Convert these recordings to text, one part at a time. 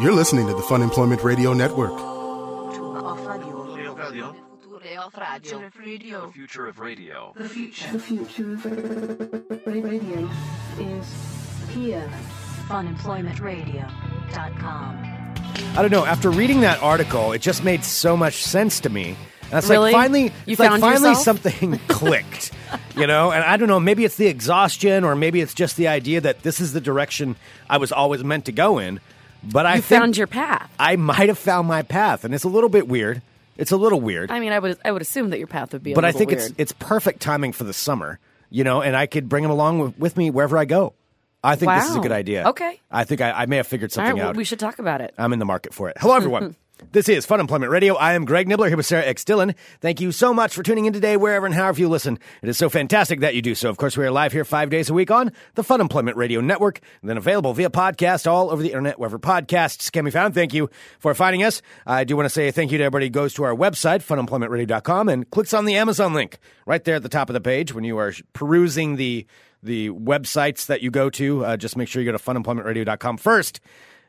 You're listening to the Fun Employment Radio Network. Radio. The future of radio. The future of radio is here. funemploymentradio.com. I don't know. After reading that article, it just made so much sense to me. And it's Really? like finally, You it's like found finally yourself? something clicked, you know. And I don't know. Maybe it's the exhaustion, or maybe it's just the idea that this is the direction I was always meant to go in. But I You think found your path. I might have found my path, and it's a little bit weird. It's a little weird, I mean, I would I would assume that your path would be. A but I little think weird. it's it's perfect timing for the summer, you know. And I could bring him along with, with me wherever I go. I think this is a Wow. good idea. Okay. I think I, I may have figured All something right, well, out. Uh, we should talk about it. I'm in the market for it. Hello, everyone. this is Fun Employment Radio. I am Greg Nibbler here with Sarah X. Dillon. Thank you so much for tuning in today, wherever and however you listen. It is so fantastic that you do so. Of course, we are live here five days a week on the Fun Employment Radio Network, and then available via podcast all over the internet, wherever podcasts can be found. Thank you for finding us. I do want to say thank you to everybody who goes to our website, funemploymentradio.com, and clicks on the Amazon link right there at the top of the page when you are perusing the the websites that you go to. Uh, just make sure you go to funemploymentradio.com first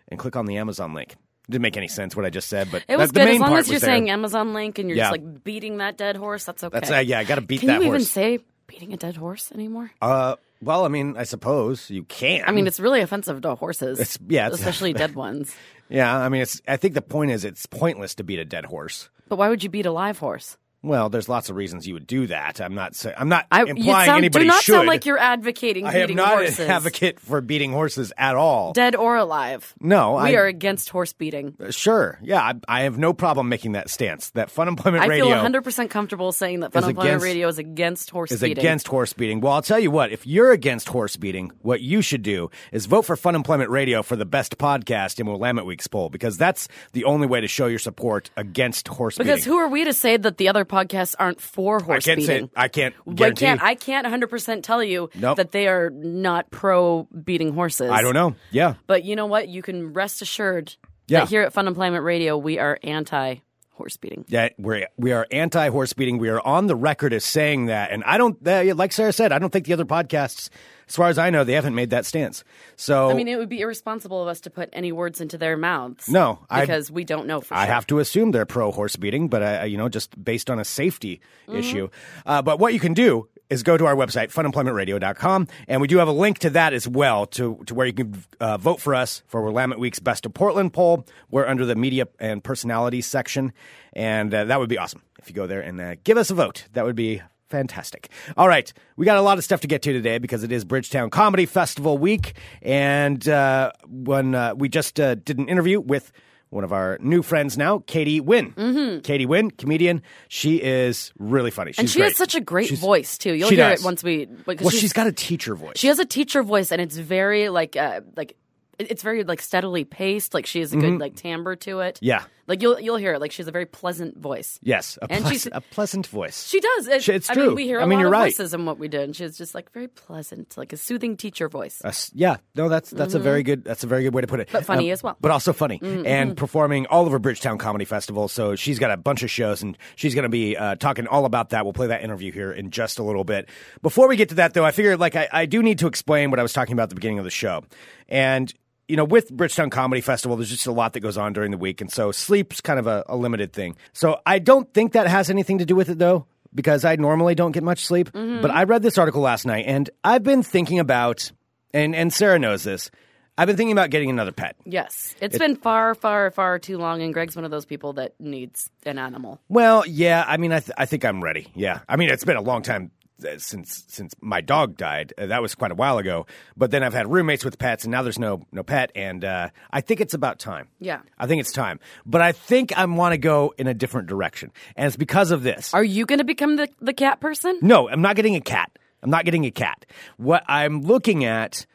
and click on the Amazon link. Didn't make any sense what I just said, but It was that- the good main as long part as you're was there. saying Amazon link and you're Yeah. just like beating that dead horse. That's okay. That's uh, yeah, I got to beat Can that you even horse. say beating a dead horse anymore? uh, well, I mean, I suppose you can. I mean, it's really offensive to horses. It's- yeah, it's- especially dead ones. yeah, I mean, it's. I think the point is, it's pointless to beat a dead horse. But why would you beat a live horse? Well, there's lots of reasons you would do that. I'm not. Say, I'm not I you implying sound, anybody do not should. sound like you're advocating I am beating not horses, an advocate for beating horses at all. dead or alive. no, we I, are against horse beating. sure. Yeah, I, I have no problem making that stance. That Fun Employment I Radio feel 100 percent comfortable saying that Fun is Employment against- Radio is against horse is beating. against horse beating. Well, I'll tell you what, if you're against horse beating, what you should do is vote for Fun Employment Radio for the best podcast in Willamette Week's poll because that's the only way to show your support against horse because beating. who are we to say that the other podcasts aren't for I horse can't beating? say I can't I guarantee. can't. I can't 100 percent tell you Nope. that they are not pro beating horses. I don't know. Yeah. But you know what? You can rest assured Yeah. that here at Fun Employment Radio, we are anti horse beating. Yeah, we're we are anti horse beating. We are on the record as saying that, and I don't. Uh, like Sarah said, I don't think the other podcasts, as far as I know, they haven't made that stance. So I mean, it would be irresponsible of us to put any words into their mouths. No, I- because we don't know for I sure. have to assume they're pro horse beating, but I, I- you know, just based on a safety Mm-hmm. issue. Uh, but what you can do is go to our website, funemploymentradio.com, and we do have a link to that as well, to, to where you can uh, vote for us for Willamette Week's Best of Portland poll. We're under the media and personality section, and uh, that would be awesome if you go there and uh, give us a vote. That would be Fantastic. All right. We got a lot of stuff to get to today because it is Bridgetown Comedy Festival week. And uh, when uh, we just uh, did an interview with one of our new friends now, Katie Wynn. Mm-hmm. Katie Wynn, comedian. She is really funny. She's and she great. has such a great She's- voice too. You'll she hear does. it once we. Because Well, she's- she's got a teacher voice. she has a teacher voice, and it's very like uh, like it- it's very like steadily paced. Like she has a good like timbre to it. Mm-hmm. Yeah. Like you'll you'll hear it. Like she has a very pleasant voice. Yes. A, And pleas- she's- a pleasant voice. She does. It, She- it's I true. mean, we hear a I lot mean, you're of right. voices in what we did, and she's just like very pleasant, like a soothing teacher voice. A s- yeah, no, that's that's a very good that's a very good way to put it. Mm-hmm. Um, But funny as well. But also funny and performing all over Bridgetown Comedy Festival. So she's got a bunch of shows and she's going to be uh, talking all about that. We'll play that interview here in just a little bit. Before we get to that, though, I figured like I, I do need to explain what I was talking about at the beginning of the show, and. You know, with Bridgetown Comedy Festival, there's just a lot that goes on during the week. And so sleep's kind of a, a limited thing. So I don't think that has anything to do with it, though because I normally don't get much sleep, but I read this article last night and I've been thinking about and and Sarah knows this. I've been thinking about getting another pet. Yes, it's been far, far, far too long, and Greg's one of those people that needs an animal. Well, yeah, I mean I th- I think I'm ready. Yeah. I mean it's been a long time uh, since since my dog died. Uh, that was quite a while ago, but then I've had roommates with pets and now there's no no pet and uh, I think it's about time. Yeah. I think it's time. But I think I want to go in a different direction. And it's because of this. Are you going to become the the cat person? No, I'm not getting a cat. I'm not getting a cat. What I'm looking at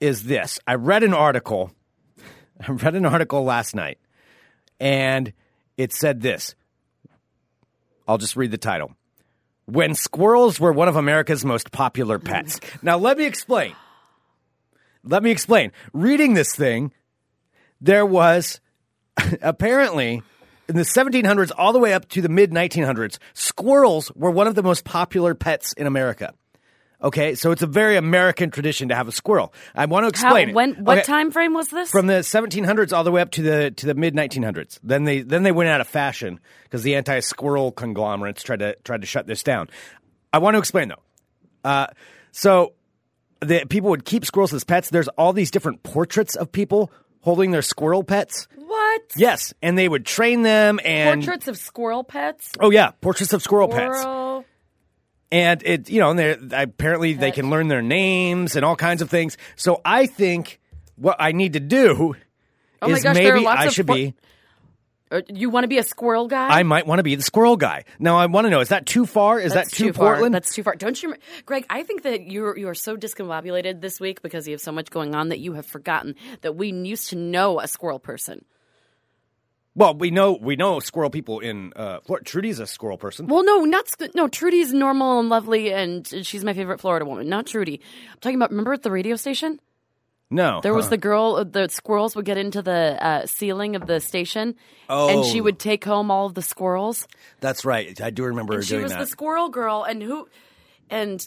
is this. I read an article. I read an article last night, and it said this. I'll just read the title. When squirrels were one of America's most popular pets. now, let me explain. Let me explain. Reading this thing, there was apparently in the 1700s all the way up to the mid 1900s, squirrels were one of the most popular pets in America. Okay, so it's a very American tradition to have a squirrel. I want to How, explain it. when what Okay, time frame was this? From the 1700s all the way up to the to the mid 1900s. Then they then they went out of fashion because the anti squirrel conglomerates tried to tried to shut this down. I want to explain though. Uh, so the people would keep squirrels as pets. There's all these different portraits of people holding their squirrel pets. what? Yes, and they would train them and Portraits of squirrel pets? oh yeah, portraits of squirrel pets. Squirrel. and it you know and they're apparently they can learn their names and all kinds of things so i think what i need to do Oh my is gosh, maybe there are lots i of should por- be Uh, You want to be a squirrel guy? i might want to be the squirrel guy now i want to know is that too far is That's that too, far. portland That's too far. Don't you, rem- Greg? I think that you're you are so discombobulated this week because you have so much going on that you have forgotten that we used to know a squirrel person. well we know we know squirrel people in uh Florida. trudy's a squirrel person Well, no, not squ- no. Trudy's normal and lovely, and she's my favorite Florida woman. Not Trudy. I'm talking about. Remember at the radio station, no there was huh. the girl. uh, The squirrels would get into the uh, ceiling of the station, and she Oh. would take home all of the squirrels. that's right i do remember her she doing was that the squirrel girl, and who? And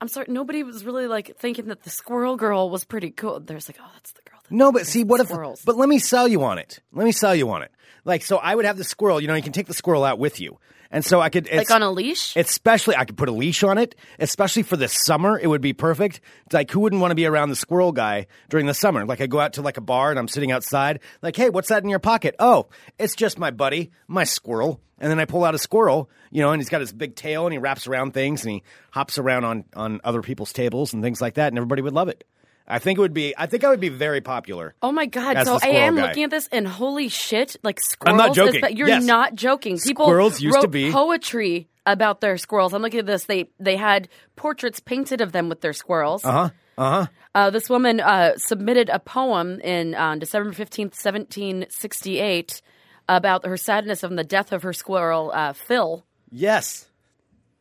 I'm sorry, nobody was really like thinking that the squirrel girl was pretty cool. There's like, oh, that's the girl. That No, but see, what if? squirrels. But let me sell you on it. Let me sell you on it. Like, so I would have the squirrel. You know, you can take the squirrel out with you, and so I could it's, Like on a leash? Especially, I could put a leash on it. Especially for the summer, it would be perfect. It's like, who wouldn't want to be around the squirrel guy during the summer? Like, I go out to like a bar and I'm sitting outside. Like, hey, what's that in your pocket? Oh, it's just my buddy, my squirrel. And then I pull out a squirrel, you know, and he's got his big tail and he wraps around things and he hops around on on other people's tables and things like that, and everybody would love it. I think it would be. I think I would be very popular. Oh my god! As so the I squirrel am guy. looking at this, and holy shit! Like squirrels. I'm not is joking. ba- you're Yes. not joking. People Squirrels used to wrote be- poetry about their squirrels. I'm looking at this. They they had portraits painted of them with their squirrels. Uh-huh. Uh-huh. this woman uh, submitted a poem in uh, on December fifteenth, seventeen sixty eight, about her sadness on the death of her squirrel uh, Phil. Yes,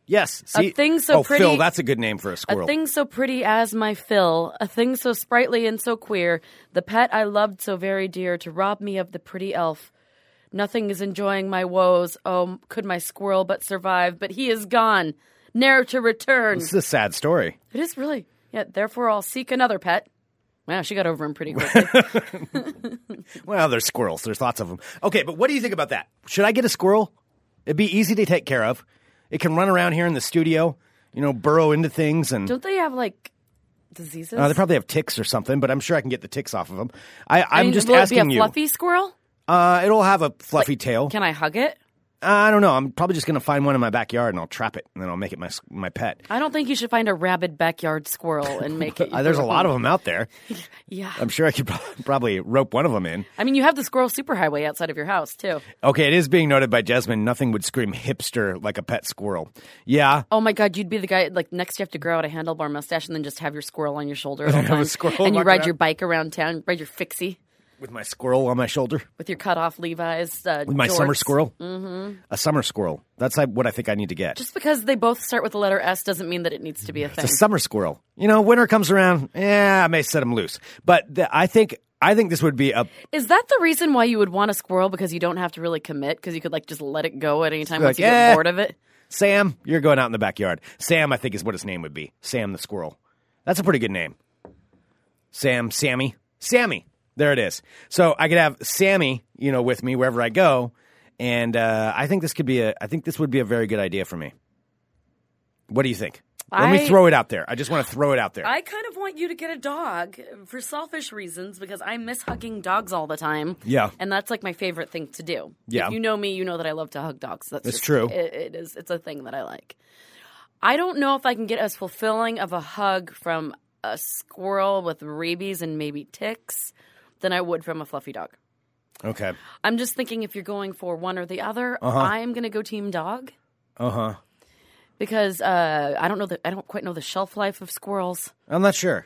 yes. See, thing so oh, pretty- Phil, that's a good name for a squirrel. A thing so pretty as my Phil, a thing so sprightly and so queer, the pet I loved so very dear to rob me of the pretty elf. Nothing is enjoying my woes. Oh, could my squirrel but survive? But he is gone, ne'er to return. This is a sad story. It is really. Yeah, therefore I'll seek another pet. Wow, she got over him pretty quickly. Well, there's squirrels. There's lots of them. Okay, but what do you think about that? Should I get a squirrel? It'd be easy to take care of. It can run around here in the studio, you know, burrow into things, and Don't they have like diseases? uh, they probably have ticks or something. But I'm sure I can get the ticks off of them. I, I I'm mean, just will asking it be a you. fluffy squirrel? uh, it'll have a fluffy tail. Can I hug it? I don't know. I'm probably just gonna find one in my backyard and I'll trap it, and then I'll make it my s- my pet. I don't think you should find a rabid backyard squirrel and make it. Uh, there's a lot of them out there. Yeah. I'm sure I could prob- probably rope one of them in. I mean, you have the squirrel superhighway outside of your house too. Okay, it is being noted by Jasmine. Nothing would scream hipster like a pet squirrel. Yeah, Oh my god, you'd be the guy like next you have to grow out a handlebar mustache and then just have your squirrel on your shoulder at all Have a times. squirrel and you walking ride around. your bike around town, ride your fixie with my squirrel on my shoulder, with your cut off Levi's. Uh, with my summer jorts. squirrel, mm-hmm. a summer squirrel. That's like, what I think I need to get. Just because they both start with the letter S doesn't mean that it needs to be a thing. it's a summer squirrel. You know, winter comes around. Yeah, I may set him loose, but th- I think I think this would be a Is that the reason why you would want a squirrel? Because you don't have to really commit because you could like just let it go at any time once Like, you get eh. bored of it. Sam. You're going out in the backyard. Sam, I think is what his name would be. Sam the squirrel. That's a pretty good name. Sam, Sammy, Sammy. There it is. So I could have Sammy, you know, with me wherever I go, and uh, I think this could be a. I think this would be a very good idea for me. What do you think? Let I- me throw it out there. I just want to throw it out there. I kind of want you to get a dog for selfish reasons because I miss hugging dogs all the time. Yeah. and that's like my favorite thing to do. Yeah. if you know me, you know that I love to hug dogs. That's It's just- true. It, it is. It's a thing that I like. I don't know if I can get as fulfilling of a hug from a squirrel with rabies and maybe ticks than I would from a fluffy dog. okay. I'm just thinking if you're going for one or the other, Uh-huh. I'm going to go team dog Uh huh. because uh, I don't know that I don't quite know the shelf life of squirrels. I'm not sure.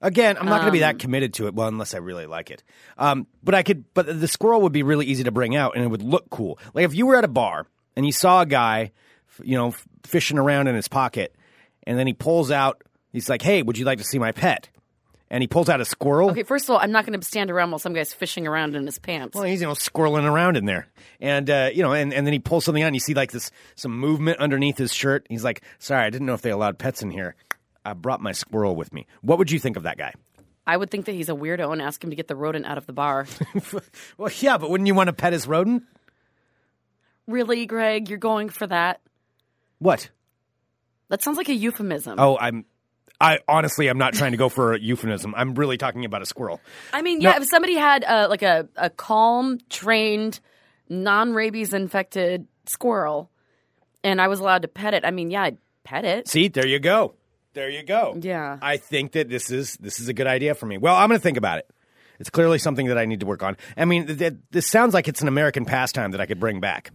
Again, I'm not going to be that committed to it. Well, unless I really like it. Um, but I could. But the squirrel would be really easy to bring out, and it would look cool. Like if you were at a bar and you saw a guy, f- you know, f- fishing around in his pocket, and then he pulls out. He's like, "Hey, would you like to see my pet?" And he pulls out a squirrel. Okay, first of all, I'm not going to stand around while some guy's fishing around in his pants. Well, he's you know squirreling around in there, and uh, you know, and, and then he pulls something out, and you see like this some movement underneath his shirt. He's like, "Sorry, I didn't know if they allowed pets in here." I brought my squirrel with me. What would you think of that guy? I would think that he's a weirdo and ask him to get the rodent out of the bar. Well, yeah, but wouldn't you want to pet his rodent? really, Greg, you're going for that? What? That sounds like a euphemism. Oh, I'm. I honestly, I'm not trying to go for a euphemism. I'm really talking about a squirrel. I mean, yeah, if somebody had uh, like a, a calm, trained, non rabies infected squirrel and I was allowed to pet it, I mean, yeah, I'd pet it. See, there you go. There you go. Yeah. I think that this is this is a good idea for me. Well, I'm going to think about it. It's clearly something that I need to work on. I mean, th- th- this sounds like it's an American pastime that I could bring back.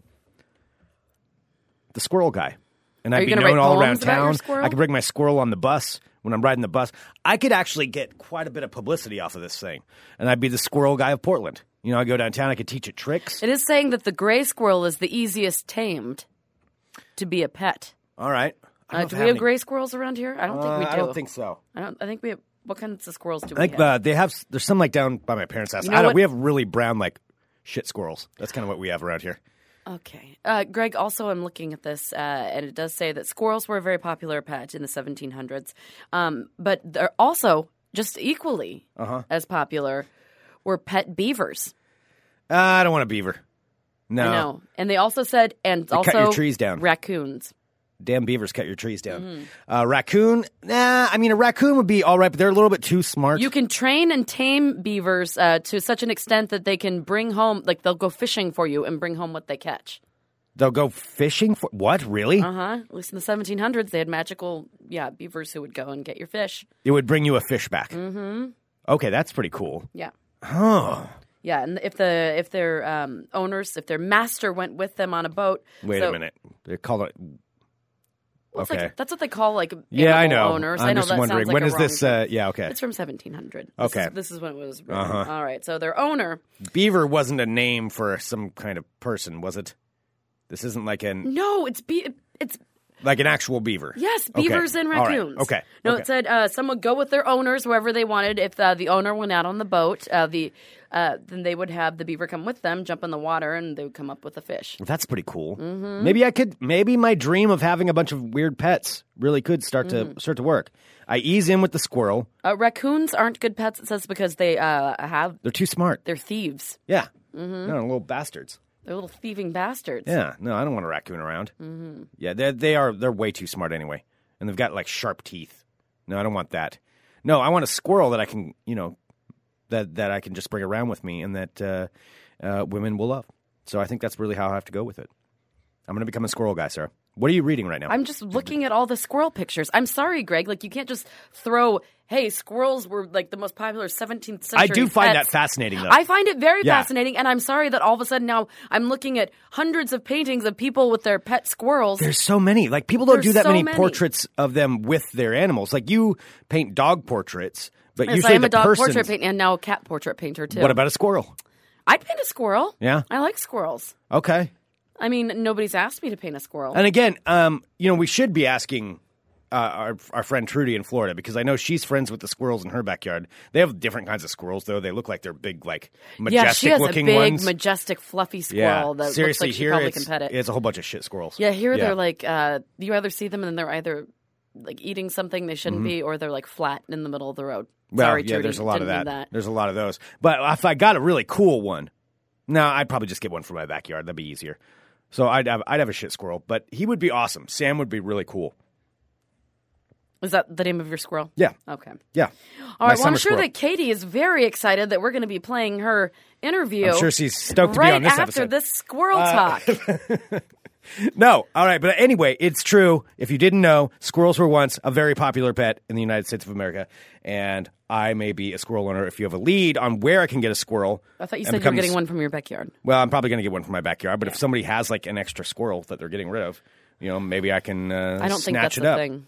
The squirrel guy. And I'd you be gonna known write all poems around about your town. squirrel? I could bring my squirrel on the bus when I'm riding the bus. I could actually get quite a bit of publicity off of this thing. And I'd be the squirrel guy of Portland. You know, I go downtown, I could teach it tricks. It is saying that the gray squirrel is the easiest tamed to be a pet. All right. I Uh, don't do know if I we have any- gray squirrels around here? I don't Uh, think we do. I don't think so. I don't. I think we have. What kinds of squirrels do we I think have? uh, they have. There's some like down by my parents' house. You know I don't, what- we have really brown like shit squirrels. That's kind of what we have around here. okay, uh, Greg. Also, I'm looking at this, uh, and it does say that squirrels were a very popular pet in the 1700s, um, but they're also just equally as popular were pet beavers. Uh, I don't want a beaver. No, I know, and they also said, and also cut your trees down. raccoons. damn beavers cut your trees down. Mm-hmm. Uh, raccoon? Nah. I mean, a raccoon would be all right, but they're a little bit too smart. You can train and tame beavers uh, to such an extent that they can bring home, like they'll go fishing for you and bring home what they catch. They'll go fishing for what? Really? Uh huh. At least in the 1700s, they had magical, yeah, beavers who would go and get your fish. It would bring you a fish back. Mm-hmm. Okay, that's pretty cool. Yeah. Huh. Yeah, and if the if their um, owners, if their master went with them on a boat. Wait so- a minute. They call it. well, it's like- Okay. that's what they call like animal Yeah, I know. owners. I'm I know just that wondering sounds like when a is this? wrong- Uh, yeah, okay. it's from 1700. This Okay. Uh-huh. is- this is when it was. written. All right, so their owner. Beaver wasn't a name for some kind of person, was it? This isn't like an No, it's be it's Like an actual beaver. Yes, Okay. beavers and All right. raccoons. Okay. No, okay. it said uh, some would go with their owners wherever they wanted. If uh, the owner went out on the boat, uh, the uh, then they would have the beaver come with them, jump in the water, and they would come up with a fish. That's pretty cool. Mm-hmm. Maybe I could. Maybe my dream of having a bunch of weird pets really could start Mm-hmm. to start to work. I ease in with the squirrel. Uh, raccoons aren't good pets, it says, because they uh, have They're too smart. they're Mm-hmm. thieves. yeah. They're little bastards. They're little thieving bastards. Yeah. No, I don't want a raccoon around. Mm-hmm. Yeah. They they are they're way too smart anyway, and they've got like sharp teeth. No, I don't want that. No, I want a squirrel that I can you know that that I can just bring around with me and that uh, uh, women will love. So I think that's really how I have to go with it. I'm going to become a squirrel guy, Sarah. What are you reading right now? I'm just looking at all the squirrel pictures. I'm sorry, Greg. Like you can't just throw. Hey, squirrels were like the most popular 17th century. I do find pets." that fascinating, though. I find it very Yeah. fascinating, and I'm sorry that all of a sudden now I'm looking at hundreds of paintings of people with their pet squirrels. There's so many. Like people don't There's do that so many, many. portraits of them with their animals. Like you paint dog portraits, but Yes, usually I am the a dog person's- portrait painter and now a cat portrait painter too. What about a squirrel? I'd paint a squirrel. Yeah? I like squirrels. Okay. I mean, nobody's asked me to paint a squirrel. And again, um, you know, we should be asking uh, our our friend Trudy in Florida because I know she's friends with the squirrels in her backyard. They have different kinds of squirrels, though. They look like they're big, like majestic yeah, she has a looking big, ones. majestic, fluffy squirrel yeah, that seriously, looks like she here probably it's, can pet it. it's a whole bunch of shit squirrels. yeah, here they're like uh, you either see them and they're either like eating something they shouldn't be, or they're like flat in the middle of the road. Mm-hmm. Well, Sorry, yeah, Trudy, there's a lot of didn't mean that. There's a lot of those. But if I got a really cool one, no, I'd probably just get one for my backyard. That'd be easier. So I'd have I'd have a shit squirrel, but he would be awesome. Sam would be really cool. Is that the name of your squirrel? Yeah, Okay. yeah. All My right. Well, I'm summer sure squirrel. that Katie is very excited that we're going to be playing her interview. I'm sure she's stoked to be right on this after episode. Uh, this squirrel talk. No, all right, but anyway, it's true. If you didn't know, squirrels were once a very popular pet in the United States of America, and I may be a squirrel owner. If you have a lead on where I can get a squirrel, I thought you and said you were become- getting one from your backyard. Well, I'm probably going to get one from my backyard, but if somebody has like an extra squirrel that they're getting rid of, you know, maybe I can uh, I don't think snatch that's it the up. thing.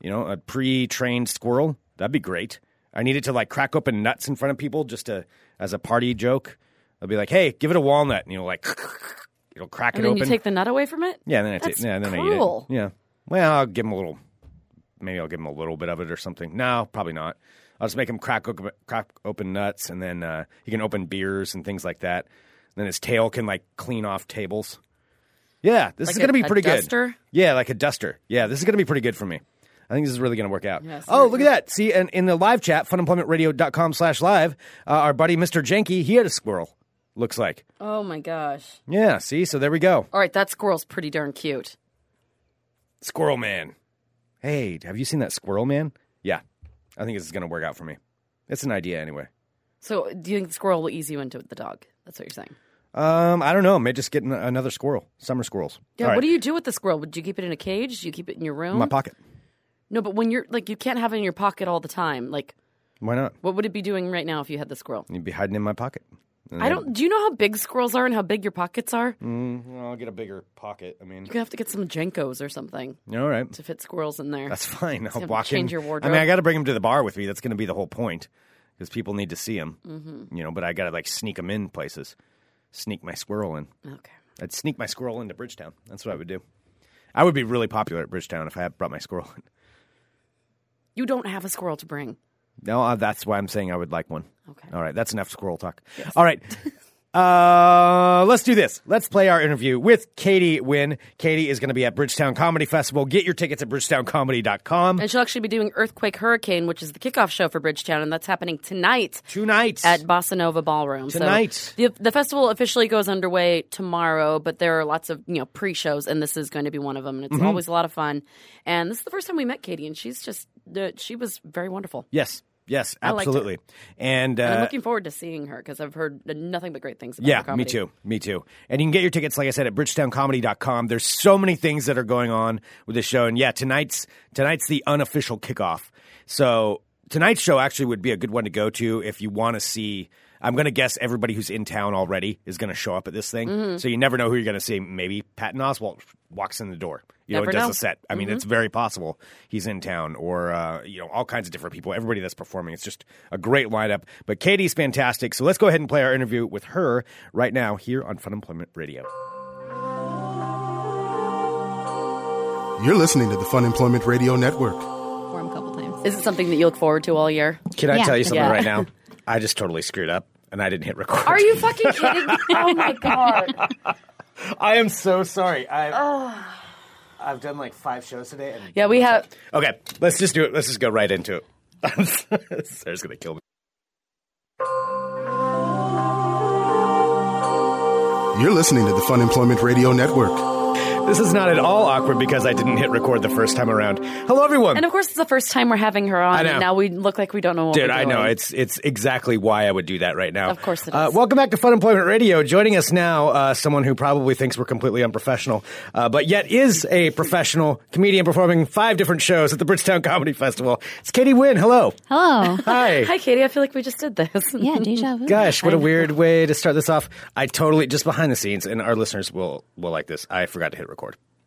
You know, a pre-trained squirrel that'd be great. I need it to like crack open nuts in front of people just to as a party joke. I'll be like, "Hey, give it a walnut," and you'll like it'll crack And it then open. you take the nut away from it. yeah, then I take, That's yeah, then cruel. I eat it. Yeah. Well, I'll give him a little. Maybe I'll give him a little bit of it or something. No, probably not. I'll just make him crack open, crack open nuts, and then uh, he can open beers and things like that. then his tail can like clean off tables. Yeah, this Like is gonna a- be a pretty good. duster? Yeah, like a duster. Yeah, this is gonna be pretty good for me. I think this is really going to work out. Yes. oh, look at that. See, and in the live chat, funemploymentradio.com slash live, uh, our buddy Mr. Jenky, he had a squirrel, looks like. Oh my gosh. Yeah, see? So there we go. All right, that squirrel's pretty darn cute. Squirrel Man. Hey, have you seen that Squirrel Man? Yeah, I think this is going to work out for me. It's an idea anyway. So, do you think the squirrel will ease you into the dog? That's what you're saying. Um, I don't know. Maybe just get an- another squirrel. Summer squirrels. Yeah. All right. What do you do with the squirrel? Would you keep it in a cage? Do you keep it in your room? In my pocket. No, but when you're like, you can't have it in your pocket all the time. Like, Why not? what would it be doing right now if you had the squirrel? You'd be hiding in my pocket. And I don't. Do you know how big squirrels are and how big your pockets are? Mm. You're Well, I'll get a bigger pocket. I mean, gonna have to get some Jenkos or something all right. to fit squirrels in there. That's fine. I'll gonna walk change your in. I mean, I wardrobe. got to bring him to the bar with me. That's going to be the whole point because people need to see him. Mm-hmm. You know, but I got to like sneak him in places. Sneak my squirrel in. okay. I'd sneak my squirrel into Bridgetown. That's what I would do. I would be really popular at Bridgetown if I had brought my squirrel in. You don't have a squirrel to bring. No, uh, that's why I'm saying I would like one. Okay. All right, that's enough squirrel talk. All right. Uh, let's do this. Let's play our interview with Katie Wynn. Katie is going to be at Bridgetown Comedy Festival. Get your tickets at bridgetowncomedy.com And she'll actually be doing Earthquake Hurricane, which is the kickoff show for Bridgetown, and that's happening tonight tonight. at Bossa Nova Ballroom. Tonight. So the, the festival officially goes underway tomorrow, but there are lots of you know pre-shows, and this is going to be one of them. And it's Mm-hmm. always a lot of fun. And this is the first time we met Katie, and she's just uh, she was very wonderful. yes. Yes, liked her. absolutely. And, uh, And I'm looking forward to seeing her because I've heard nothing but great things about her Yeah, me comedy. too. Me too. And you can get your tickets, like I said, at bridgetowncomedy.com. There's so many things that are going on with this show. And yeah, tonight's tonight's the unofficial kickoff. So tonight's show actually would be a good one to go to if you want to see I'm gonna guess everybody who's in town already is gonna show up at this thing. Mm-hmm. So you never know who you're gonna see. Maybe Patton Oswalt walks in the door. You know, Never and does know. a set. I mean, it's Mm-hmm. very possible he's in town or, uh, you know, all kinds of different people, everybody that's performing. It's just a great lineup. But Katie's fantastic. So let's go ahead and play our interview with her right now here on Fun Employment Radio. You're listening to the Fun Employment Radio Network. for him a couple times. Is it something that you look forward to all year? Can I Yeah. tell you something Yeah. right now? I just totally screwed up and I didn't hit record. Are you fucking kidding? me? Oh my god! I am so sorry. I've, I've done like five shows today. And Yeah, we have. Okay, let's just do it. Let's just go right into it. I'm sorry. Sarah's going to kill me. You're listening to the Fun Employment Radio Network. This is not at all awkward because I didn't hit record the first time around. Hello, everyone. And of course, it's the first time we're having her on, I know. and now we look like we don't know what Dude, we're I know doing. it's it's exactly why I would do that right now. Of course it Uh, is. welcome back to Fun Employment Radio. Joining us now, uh, someone who probably thinks we're completely unprofessional, uh, but yet is a professional comedian performing five different shows at the Bridgetown Comedy Festival. It's Katie Wynn. Hello. Hello. Hi. Hi, Katie. I feel like we just did this. yeah, deja vu. Gosh, what a weird way to start this off. I totally just behind the scenes, and our listeners will will like this. I forgot to hit record.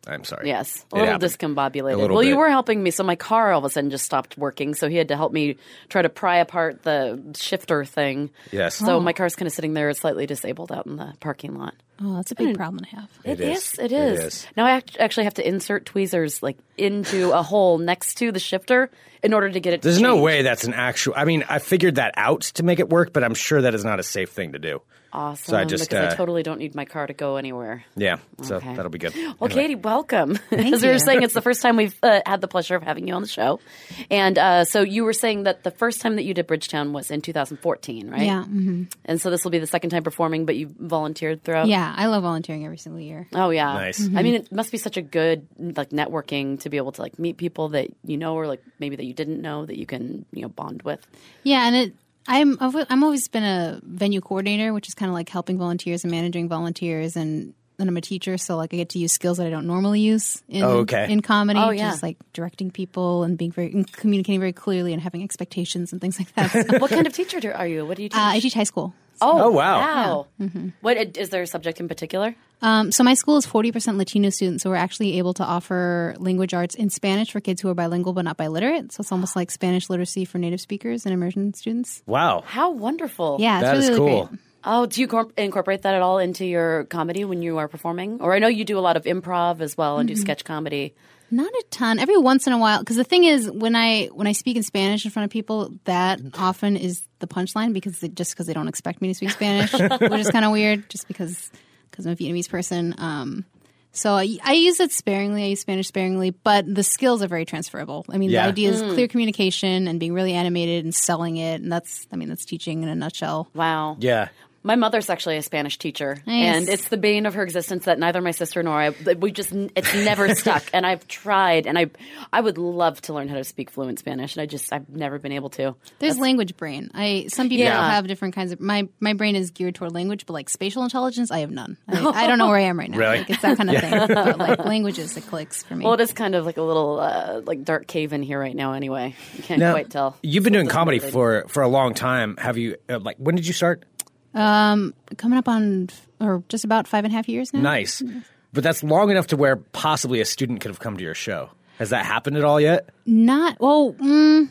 I'm sorry. Yes, a It little happened. discombobulated. A little well, you bit. were helping me, so my car all of a sudden just stopped working. So he had to help me try to pry apart the shifter thing. Yes. So my car's kind of sitting there, slightly disabled, out in the parking lot. Oh, that's a big problem to have. It is. It It is. is. Now I act- actually have to insert tweezers like into a hole next to the shifter in order to get it. to There's no change. way that's an actual. I mean, I figured that out to make it work, but I'm sure that is not a safe thing to do. Awesome. So I just, because uh, I totally don't need my car to go anywhere. Yeah, so Okay. that'll be good. Well, Anyway. Katie, welcome. As we were you. saying, it's the first time we've uh, had the pleasure of having you on the show. And uh, so you were saying that the first time that you did Bridgetown was in 2014, right? Yeah. hmm And so this will be the second time performing, but you volunteered Oh. throughout. Yeah, I love volunteering every single year. Oh yeah. Nice. I mean, it must be such a good like networking to be able to like meet people that you know or like maybe that you didn't know that you can you know bond with. Yeah, and it. I'm I've, I'm always been a venue coordinator, which is kind of like helping volunteers and managing volunteers, and then I'm a teacher, so like I get to use skills that I don't normally use in Oh, okay. in comedy, Oh, which yeah. is like directing people and being very and communicating very clearly and having expectations and things like that. So, uh, What kind of teacher do- are you? What do you teach? I teach high school. oh, Mm-hmm. Oh, wow. Wow. What is there a subject in particular? Um, so my school is 40% Latino students, so we're actually able to offer language arts in Spanish for kids who are bilingual but not biliterate. So it's almost like Spanish literacy for native speakers and immersion students. Wow. How wonderful. Yeah, it's That really, is really cool. great. Oh, do you corp- incorporate that at all into your comedy when you are performing? Or I know you do a lot of improv as well and do Mm-hmm. sketch comedy. Not a ton. Every once in a while, because the thing is, when I when I speak in Spanish in front of people, that often is the punchline because they, just because they don't expect me to speak Spanish, which is kind of weird, just because because I'm a Vietnamese person. Um, So I, I use it sparingly. I use Spanish sparingly, but the skills are very transferable. I mean, Yeah. the idea is clear communication and being really animated and selling it, and that's I mean that's teaching in a nutshell. Wow. Yeah. My mother's actually a Spanish teacher, Nice. and it's the bane of her existence that neither my sister nor I that we just it's never stuck. And I've tried, and I I would love to learn how to speak fluent Spanish, and I just I've never been able to. There's language brain. I some people Yeah. have different kinds of my my brain is geared toward language, but like spatial intelligence, I have none. I, I don't know where I am right now. Really? Like it's that kind of thing. But like languages, it clicks for me. Well, it is kind of like a little uh, like dark cave in here right now. Anyway, you can't Now, quite tell. You've been doing Something's comedy motivating. for for a long time. Have you uh, like when did you start? Coming up on f- or just about five and a half years now. Nice, but that's long enough to where possibly a student could have come to your show. Has that happened at all yet? Not well. Mm,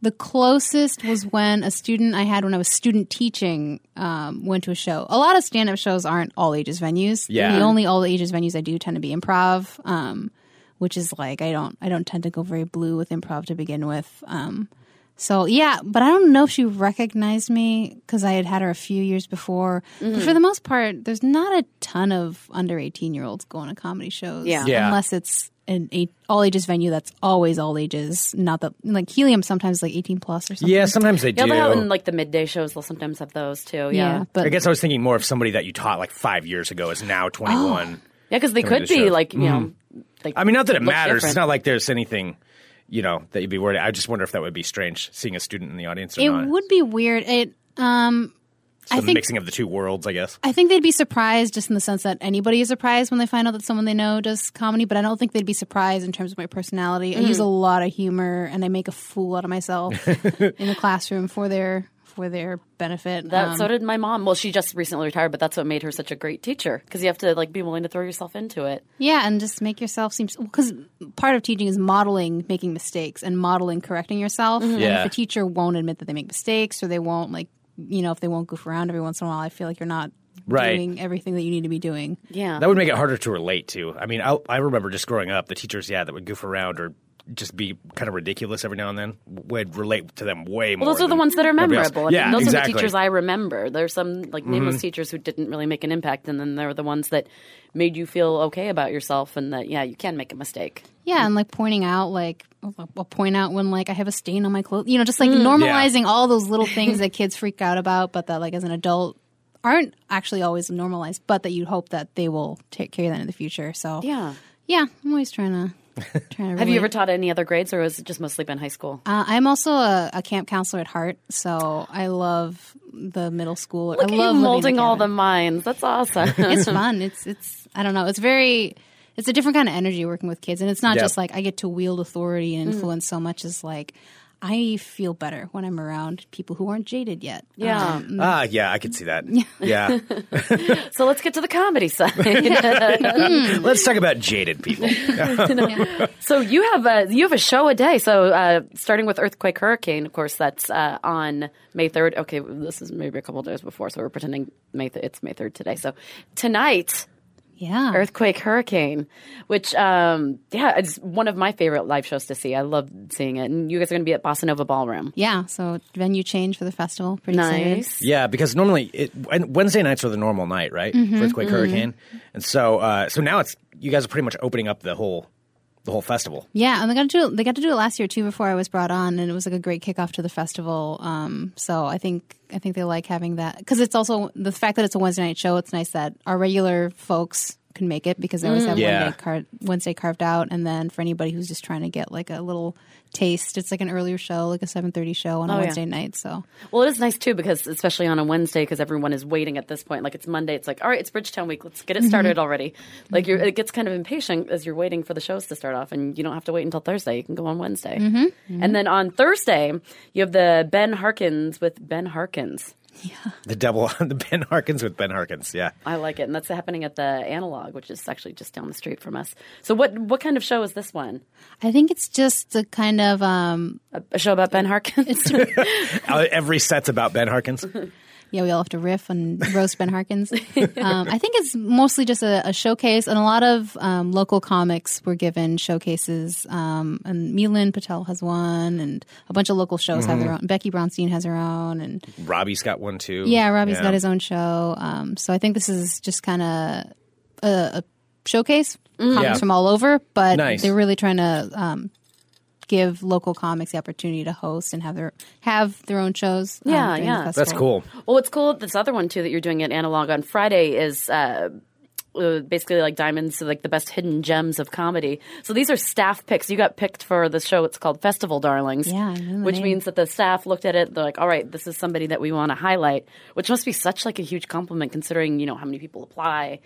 the closest was when a student I had when I was student teaching um, went to a show. A lot of stand up shows aren't all ages venues. Yeah. the only all ages venues I do tend to be improv, um, which is like I don't I don't tend to go very blue with improv to begin with. Um, so yeah, but I don't know if she recognized me because I had had her a few years before. But for the most part, there's not a ton of under 18 year olds going to comedy shows. Yeah. Yeah. unless it's an eight, all ages venue that's always all ages. Not that like Helium sometimes like 18 plus or something. Yeah, sometimes they Yeah, do. they'll have in like the midday shows. They'll sometimes have those too. Yeah, but I guess I was thinking more of somebody that you taught like five years ago is Oh. now twenty one. yeah, because they Coming could be to shows. Mm-hmm. like you know. Like, I mean, not that it look matters. It's different. not like there's anything, you know, that you'd be worried. I just wonder if that would be strange seeing a student in the audience. Or it not. would be weird. It um, It's I the think mixing of the two worlds, I guess. I think they'd be surprised just in the sense that anybody is surprised when they find out that someone they know does comedy, but I don't think they'd be surprised in terms of my personality. I use Mm. a lot of humor and I make a fool out of myself in the classroom for their for their benefit. That, Um, so did my mom. Well, she just recently retired, but that's what made her such a great teacher because you have to like be willing to throw yourself into it. yeah, and just make yourself seem because part of teaching is modeling making mistakes and modeling correcting yourself. Mm-hmm. And Yeah. if a teacher won't admit that they make mistakes or they won't like you know if they won't goof around every once in a while, I feel like you're not Right. doing everything that you need to be doing. Yeah, That would make it harder to relate to. I mean, I, I remember just growing up, the teachers, yeah, that would goof around or just be kind of ridiculous every now and then would relate to them way more. Well, those are the than ones that are everybody else. memorable. I mean, Yeah, those exactly. Mm-hmm. are the teachers I remember. There's some like nameless teachers who didn't really make an impact, and then there were the ones that made you feel okay about yourself and that yeah, you can make a mistake. Yeah, and like pointing out, like I'll point out when like I have a stain on my clothes, you know, just like Mm. normalizing all those little things that kids freak out about, but that like as an adult aren't actually always normalized, but that you hope that they will take care of that in the future. So Yeah. yeah, I'm always trying to trying to. Have you ever relate. taught any other grades, or was it just mostly been high school? uh, I'm also a, a camp counselor at heart, so I love the middle school. Look I at love you living molding all the together. minds. That's awesome. it's fun. It's it's I don't know. It's very it's a different kind of energy working with kids, and it's not Yeah. just like I get to wield authority Mm. and influence so much as like I feel better when I'm around people who aren't jaded yet. Yeah. Um, Ah, yeah, I could see that. Yeah. so let's get to the comedy side. Let's talk about jaded people. so you have a you have a show a day. So uh, starting with Earthquake Hurricane, of course, that's uh, on May third. Okay, this is maybe a couple days before, so we're pretending May th- it's May third today. So tonight. yeah. Earthquake Hurricane, which um yeah, it's one of my favorite live shows to see. I love seeing it. And you guys are going to be at Bossa Nova Ballroom. Yeah. So venue change for the festival. Pretty excited. Nice. Yeah, because normally it, and Wednesday nights are the normal night, right? Mm-hmm, For Earthquake Hurricane, and so uh, so now it's you guys are pretty much opening up the whole the whole festival. Yeah, and they got to do it, they got to do it last year too before I was brought on, and it was like a great kickoff to the festival. Um, so I think I think they like having that because it's also the fact that it's a Wednesday night show. It's nice that our regular folks can make it because they always Mm. have Yeah. one day car- Wednesday carved out, and then for anybody who's just trying to get like a little taste, it's like an earlier show, like a seven thirty show on a Oh, yeah. Wednesday night. So Well, it is nice too because especially on a Wednesday because everyone is waiting at this point. Like it's Monday, it's like all right, it's Bridgetown week. Let's get it started already. Like you're, it gets kind of impatient as you're waiting for the shows to start off, and you don't have to wait until Thursday. You can go on Wednesday, and then on Thursday you have the Ben Harkins with Ben Harkins. The devil, the Ben Harkins with Ben Harkins. Yeah, I like it, and that's happening at the Analog, which is actually just down the street from us. So, what what kind of show is this one? I think it's just a kind of um, A show about Ben Harkins? Uh, every set's about Ben Harkins. Yeah, we all have to riff and roast Ben Harkins. um, I think it's mostly just a, a showcase, and a lot of um, local comics were given showcases. Um, and Milan Patel has one, and a bunch of local shows have Mm-hmm. their own. Becky Bronstein has her own, and Robbie's got one too. yeah, Robbie's Robbie's got his own show. Um, so I think this is just kind of a, a showcase Mm-hmm. comics Yeah. from all over, but Nice. they're really trying to um, give local comics the opportunity to host and have their have their own shows. um, Yeah, during the yeah. That's That's festival. cool. Well, what's cool, this other one too that you're doing at Analog on Friday is uh, uh, basically like diamonds, so like the best hidden gems of comedy. So these are staff picks. You got picked for the show. It's called Festival Darlings. Yeah, I know the which name. means that the staff looked at it. They're like, all right, this is somebody that we want to highlight, which must be such like a huge compliment considering you know how many people apply.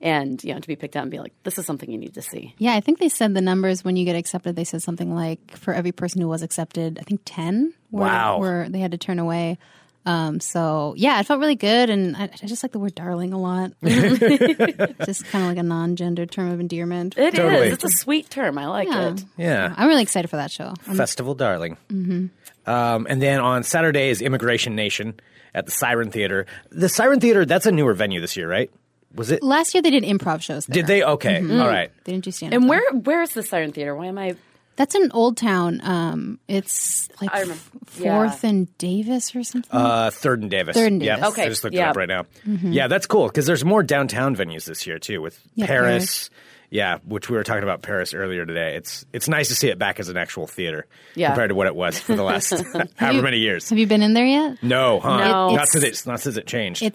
And you know to be picked out and be like, this is something you need to see. Yeah, I think they said the numbers when you get accepted. They said something like for every person who was accepted, I think ten. Were, Wow. were they had to turn away. Um, so yeah, it felt really good, and I, I just like the word "darling" a lot. just kind of like a non-gender term of endearment. It is. Totally. It's a sweet term. I like Yeah. it. Yeah. I'm really excited for that show. Festival Darling. Mm-hmm. Um, and then on Saturday is Immigration Nation at the Siren Theater. The Siren Theater, that's a newer venue this year, right? Was it? Last year they did improv shows. There. Did they? Okay. Mm-hmm. All right. They didn't do stand And where where is the Siren Theater? Why am I? That's in Old Town. Um, it's like I remember. f- Fourth Yeah. and Davis or something. Uh, Third and Davis. Third and Yeah, Davis. Mm-hmm. Okay, I just looked it yeah. up right now. Yeah, that's cool because there's more downtown venues this year too, with Yeah, Paris. Yeah, which we were talking about Paris earlier today. It's it's nice to see it back as an actual theater Yeah. compared to what it was for the last Have however you- many years. Have you been in there yet? no, huh? No. Not It's- since it, not since it changed. Well, It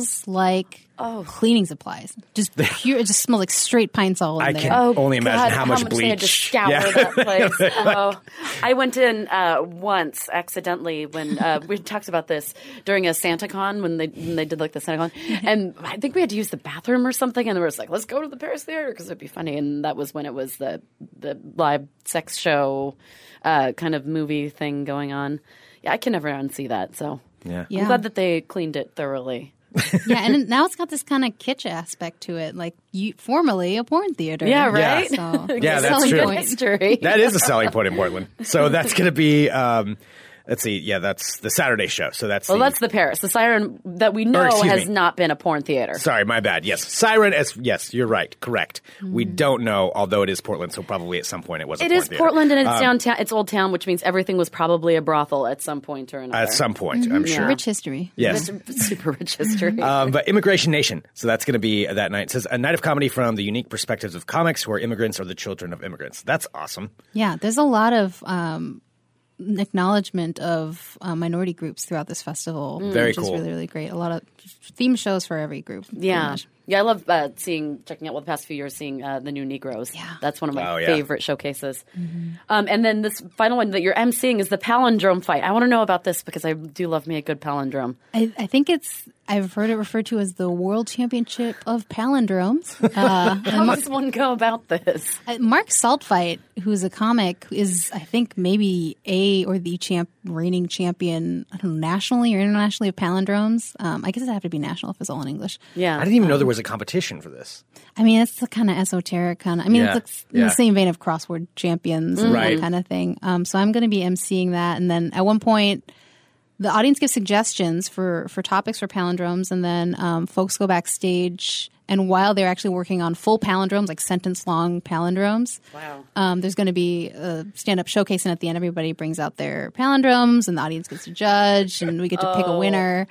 smells like Oh. cleaning supplies. Just pure. it just smells like straight pine sol in I there. can only imagine Oh, God, how much they had bleach. to scour that place. oh, I went in uh, once accidentally when uh, we talked about this during a SantaCon when they when they did like the SantaCon, and I think we had to use the bathroom or something, and we were just like, "Let's go to the Paris Theater because it'd be funny." And that was when it was the the live sex show uh, kind of movie thing going on. Yeah, I can never unsee that. So Yeah. Oh, Yeah. I'm glad that they cleaned it thoroughly. yeah, and now it's got this kind of kitsch aspect to it, like you, formerly a porn theater. Yeah, Yeah. right. So, Yeah, that's selling true. point. History. that is a selling point in Portland. So that's going to be. Um, let's see. Yeah, that's the Saturday show. So that's Well, the, that's the Paris, the siren that we know excuse has me. not been a porn theater. Sorry, my bad. Yes, Siren. As yes, you're right. Correct. We don't know, although it is Portland, so probably at some point it was. a Mm-hmm. It porn is theater. Um, Portland and it's downtown. It's old town, which means everything was probably a brothel at some point or another. At some point, Mm-hmm. I'm sure. Rich history. Yes. super rich history. Um, but Immigration Nation. So that's going to be that night. It says a night of comedy from the unique perspectives of comics who are immigrants or the children of immigrants. That's awesome. Yeah, there's a lot of um, acknowledgement of uh, minority groups throughout this festival. Mm. Very which cool. Is really, really great. A lot of theme shows for every group. pretty yeah. much. Yeah, I love uh, seeing, checking out, well, the past few years, seeing uh, the new Negroes. Yeah. That's one of my Oh, yeah. favorite showcases. Um, and then this final one that you're emceeing is the palindrome fight. I want to know about this because I do love me a good palindrome. I, I think it's. I've heard it referred to as the World Championship of Palindromes. Uh, How does one go about this? Uh, Mark Saltfight, who's a comic, is I think maybe a or the champ reigning champion I don't know, nationally or internationally of palindromes. Um, I guess it'd have to be national if it's all in English. Yeah. Um, I didn't even know there was a competition for this. I mean, it's the kind of esoteric kind of. I mean, Yeah, it's like in yeah. the same vein of crossword champions and Right. that kind of thing. Um, so I'm going to be emceeing that, and then at one point, the audience gives suggestions for for topics for palindromes, and then um, folks go backstage. And while they're actually working on full palindromes, like sentence long palindromes, Wow. um, there's going to be a stand up showcase, and at the end, everybody brings out their palindromes, and the audience gets to judge, and we get to Oh. pick a winner.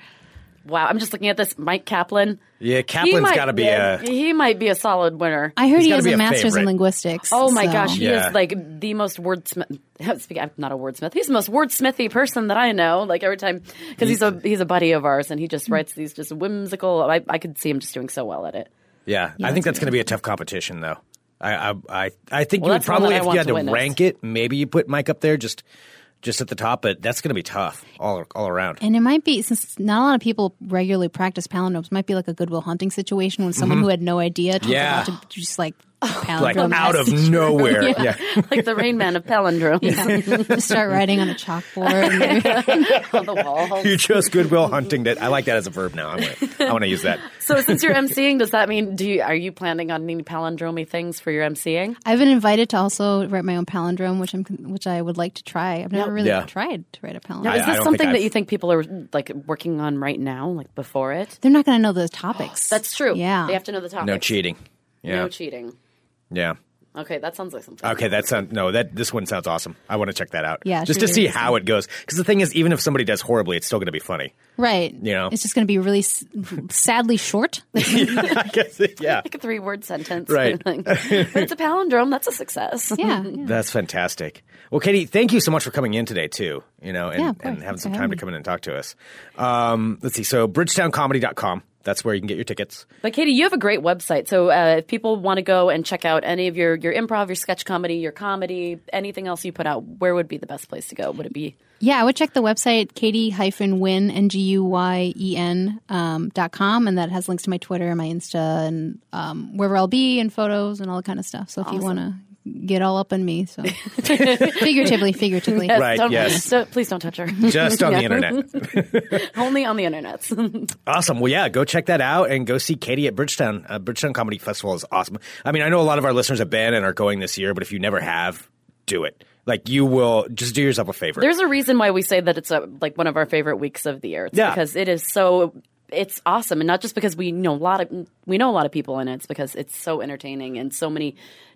Wow. I'm just looking at this. Mike Kaplan. Yeah, He Kaplan's might- got to be yeah, a. He might be a solid winner. I heard He's he gotta has be a, a master's favorite. in linguistics. Oh my so- gosh, he Yeah. is like the most wordsmith. speak- I'm not a wordsmith. He's the most wordsmithy person that I know. Like every time, because he's a he's a buddy of ours, and he just writes these just whimsical. I, I could see him just doing so well at it. Yeah, I think that's going to be a tough competition, though. I I I, I think Well, you would that's one that probably I if you want had to to, witness. rank it, maybe you put Mike up there just just at the top, but that's going to be tough all all around. And it might be since not a lot of people regularly practice palindromes. Might be like a Goodwill Hunting situation when someone who had no idea turns Mm-hmm. Yeah. out to just like palindrome like out of message. nowhere. yeah. Like the Rain Man of palindromes Just start writing on a chalkboard. And on the wall. You just goodwill hunting that. I like that as a verb now. I'm gonna, I want to use that. So since you're emceeing, does that mean do you are you planning on any palindromey things for your emceeing? I've been invited to also write my own palindrome, which I'm which I would like to try. I've never really Yeah. tried to write a palindrome. Now, is I this don't think something that I've- you think people are like working on right now, like before it? They're not going to know the topics. That's true. Yeah. they have to know the topic. No cheating. Yeah. Uh, No cheating. yeah. Okay, that sounds like something. Okay, that sounds no. That this one sounds awesome. I want to check that out. Yeah, just should to we see do this how it goes. Because the thing is, even if somebody does horribly, it's still going to be funny. Right. You know. It's just going to be really s- sadly short. I guess, yeah, Like a three word sentence. Right. but it's a palindrome. That's a success. yeah. yeah. that's fantastic. Well, Katie, thank you so much for coming in today too. You know, and, Yeah, of course. and having Thanks some for time having to me. come in and talk to us. Um, let's see. So, BridgetownComedy.com. That's where you can get your tickets. But Katie, you have a great website. So uh, if people want to go and check out any of your, your improv, your sketch comedy, your comedy, anything else you put out, where would be the best place to go? Would it be? Yeah, I would check the website katie-win, N-G-U-Y-E-N, um, dot com, and that has links to my Twitter and my Insta and um, wherever I'll be and photos and all that kind of stuff. So if you want to get all up in me, so figuratively, figuratively. Right, Don't- yes. don't- please don't touch her. Just on the internet. Only on the internet. Awesome. Well, yeah, go check that out and go see Katie at Bridgetown. Uh, Bridgetown Comedy Festival is awesome. I mean, I know a lot of our listeners have been and are going this year, but if you never have, do it. Like, you will just do yourself a favor. There's a reason why we say that it's a, like one of our favorite weeks of the year. It's Yeah. because it is so it's awesome, and not just because we know a lot of we know a lot of people in it. It's because it's so entertaining and so many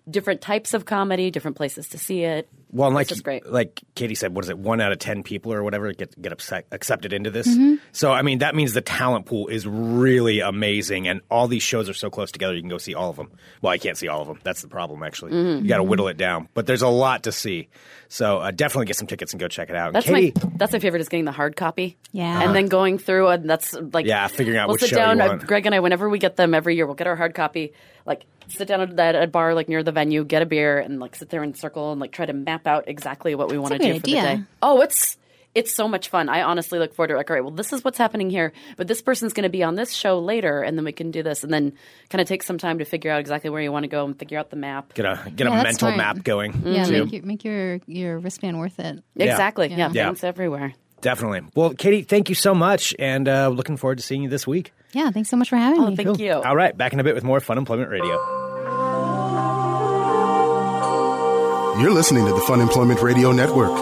different types of comedy, different places to see it. well, and like, just great. like Katie said, what is it? One out of 10 people or whatever get, get upset, accepted into this. Mm-hmm. So, I mean, that means the talent pool is really amazing. And all these shows are so close together, you can go see all of them. Well, I can't see all of them. That's the problem, actually. Mm-hmm. You got to whittle it down. But there's a lot to see. So, uh, definitely get some tickets and go check it out. And That's Katie, my that's my favorite is getting the hard copy. Yeah. and then going through and that's like Yeah, figuring out We'll which sit show you down. uh, want. Greg and I, whenever we get them every year, we'll get our hard copy. Like sit down at that at a bar like near the venue, get a beer, and like sit there in a circle and like try to map out exactly what we want to a do good for idea. the day. Oh, it's. It's so much fun. I honestly look forward to it. Like, all right, well, this is what's happening here, but this person's going to be on this show later, and then we can do this, and then kind of take some time to figure out exactly where you want to go and figure out the map. get a, get Yeah, a that's mental smart. map going. Mm-hmm. Yeah, too. make your, make your, your wristband worth it. Exactly. Yeah. Yeah. Thanks everywhere. Definitely. Well, Katie, thank you so much, and uh, looking forward to seeing you this week. Yeah, thanks so much for having me. Oh, Thank you. All right, back in a bit with more Fun Employment Radio. You're listening to the Fun Employment Radio Network.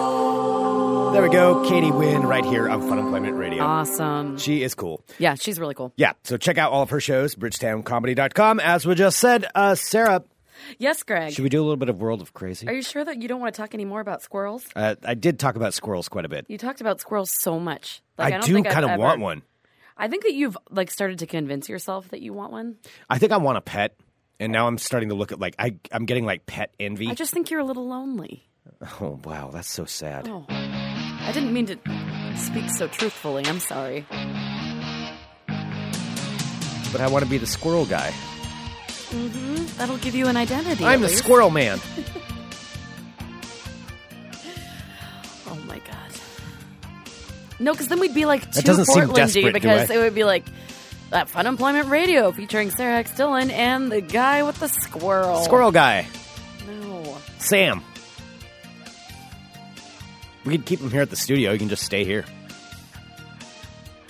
There we go, Katie Wynn, right here on Fun Employment Radio. Awesome. she is cool. Yeah, she's really cool. Yeah, so check out all of her shows, BridgetownComedy.com. As we just said, uh, Sarah, Yes, Greg. should we do a little bit of World of Crazy? Are you sure that you don't want to talk any more about squirrels? uh, I did talk about squirrels quite a bit. You talked about squirrels so much. I, don't do think I've kind of ever- want one. I think that you've like started to convince yourself that you want one. I think I want a pet, and now I'm starting to look at like I, I'm getting like pet envy. I just think you're a little lonely. oh wow, that's so sad. Oh, I didn't mean to speak so truthfully. I'm sorry. But I want to be the squirrel guy. That'll give you an identity. I'm at the least. squirrel man. Oh my god. No, because then we'd be like too That doesn't seem desperate, do Portlandy because I? it would be like that Fun Employment Radio featuring Sarah X Dillon and the guy with the squirrel. squirrel guy. No. Sam. We could keep him here at the studio. He can just stay here.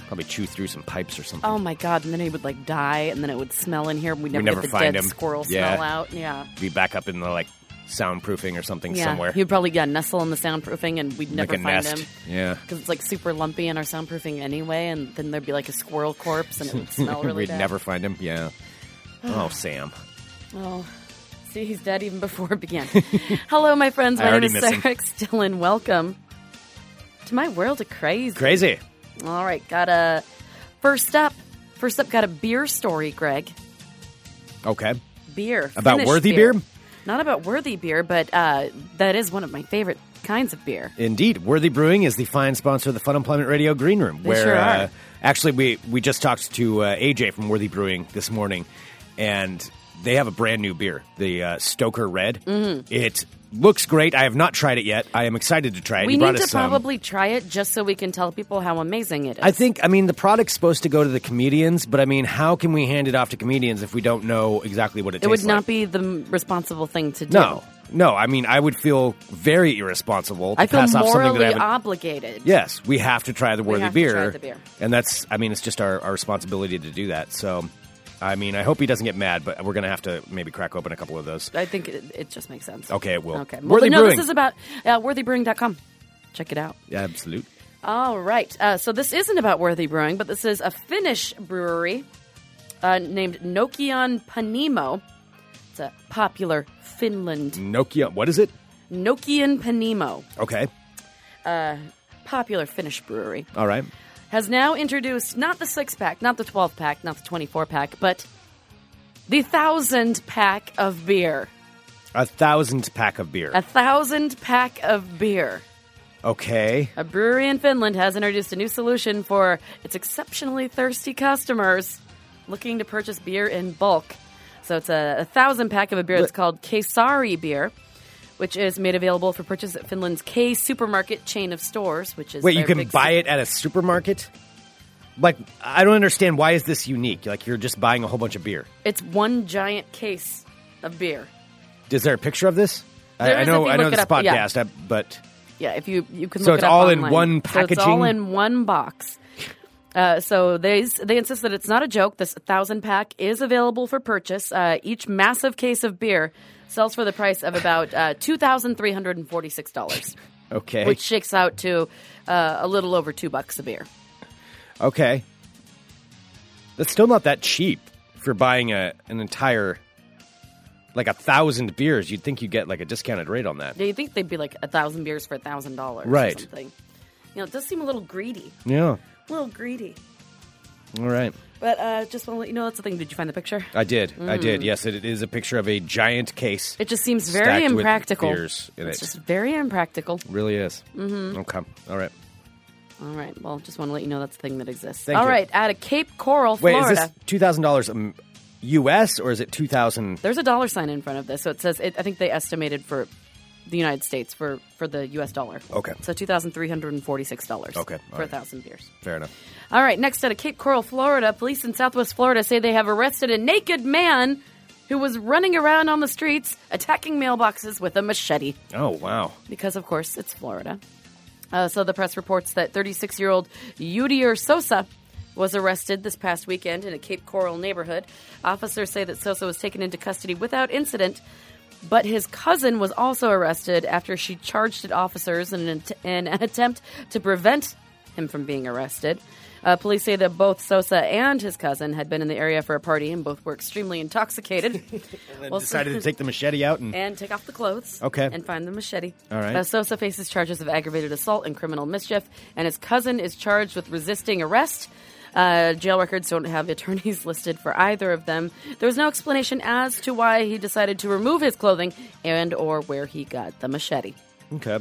Probably chew through some pipes or something. Oh my god! And then he would like die, and then it would smell in here. We never, never get the find dead him. squirrel Yeah. smell out. Yeah, Be back up in the like soundproofing or something yeah. somewhere. He'd probably yeah nestle in the soundproofing, and we'd never like a find nest. him Yeah. because it's like super lumpy in our soundproofing anyway. And then there'd be like a squirrel corpse, and it would smell really We'd bad. never find him. Yeah. Oh, Sam. Oh, see, he's dead even before it began. Hello, my friends. I My name already is miss him. Sarah X. Dillon. Welcome to my world of crazy. Crazy. All right, got a first up. First up, got a beer story, Greg. Okay. beer About Finnish worthy beer? Not about worthy beer, but uh, that is one of my favorite kinds of beer. Indeed, Worthy Brewing is the fine sponsor of the Fun Employment Radio Green Room. where sure uh, are. actually we we just talked to uh, AJ from Worthy Brewing this morning, and they have a brand new beer, the uh, Stoker Red. Mm-hmm. It looks great. I have not tried it yet. I am excited to try it. We He brought need to us some. probably try it just so we can tell people how amazing it is. I think I mean the product's supposed to go to the comedians, but I mean, how can we hand it off to comedians if we don't know exactly what it, it would tastes not like? be the m- responsible thing to do. No, no. I mean, I would feel very irresponsible to I feel pass off something that I morally haven't obligated. Yes, we have to try the worthy have to beer. try the beer. And that's, I mean, it's just our, our responsibility to do that. So, I mean, I hope he doesn't get mad, but we're going to have to maybe crack open a couple of those. I think it, it just makes sense. Okay, it will. Okay. Well, Worthy no, Brewing. this is about uh, worthybrewing.com. Check it out. Absolute. All right. Uh, so this isn't about Worthy Brewing, but this is a Finnish brewery uh, named Nokian Panimo. It's It's a popular Finland Nokia. What is it? Nokian Panimo, Okay. popular Finnish brewery, All right. has now introduced not the six pack, not the twelve pack, not the twenty four pack, but the thousand pack of beer. A thousand pack of beer. A thousand pack of beer. okay. A brewery in Finland has introduced a new solution for its exceptionally thirsty customers looking to purchase beer in bulk. So it's a, a thousand pack of a beer. It's called Kesari beer, which is made available for purchase at Finland's K supermarket chain of stores, which is Wait, you their can big buy su- it at a supermarket? Like, I don't understand. Why is this unique? Like, you're just buying a whole bunch of beer. It's one giant case of beer. Is there a picture of this? I, There I is know, if you I know look it this up, yeah. podcast, I, but Yeah, if you you can. So look it's it up all in online. one So it's all packaging? in one box. Uh, so they s- they insist that it's not a joke. This thousand pack is available for purchase. Uh, each massive case of beer sells for the price of about uh, two thousand three hundred and forty six dollars, okay. which shakes out to uh, a little over two bucks a beer. Okay. That's still not that cheap if you're buying a an entire like a thousand beers. You'd think you'd get like a discounted rate on that. Yeah, you think they'd be like a thousand beers for a thousand dollars, Right. Or something. You know, it does seem a little greedy, Yeah. a little greedy. All right. But uh, just want to let you know that's the thing. Did you find the picture? I did. I did. Yes, it, it is a picture of a giant case. Mm-hmm. It just seems stacked very with impractical. beers in it's it. just very impractical. really is. Mm-hmm. Okay. All right. All right. Well, just want to let you know that's a thing that exists. Thank All you. right. Out of Cape Coral, Wait, Florida. is this two thousand dollars U.S. or is it two thousand? There's a dollar sign in front of this, so it says. It, I think they estimated for the United States for for the U.S. dollar. Okay. So two thousand three hundred and forty six dollars. Okay, all For a right. thousand beers. Fair enough. All right. Next, out of Cape Coral, Florida, police in Southwest Florida say they have arrested a naked man who was running around on the streets attacking mailboxes with a machete. Oh wow. because of course it's Florida. Uh, so the press reports that 36-year-old Udier Sosa was arrested this past weekend in a Cape Coral neighborhood. Officers say that Sosa was taken into custody without incident, but his cousin was also arrested after she charged at officers in an, in an attempt to prevent him from being arrested. Uh, police say that both Sosa and his cousin had been in the area for a party and both were extremely intoxicated. Well, so- Decided to take the machete out and and take off the clothes. Okay. And find the machete. All right. Uh, Sosa faces charges of aggravated assault and criminal mischief, and his cousin is charged with resisting arrest. Uh, jail records don't have attorneys listed for either of them. There was no explanation as to why he decided to remove his clothing and or where he got the machete. okay.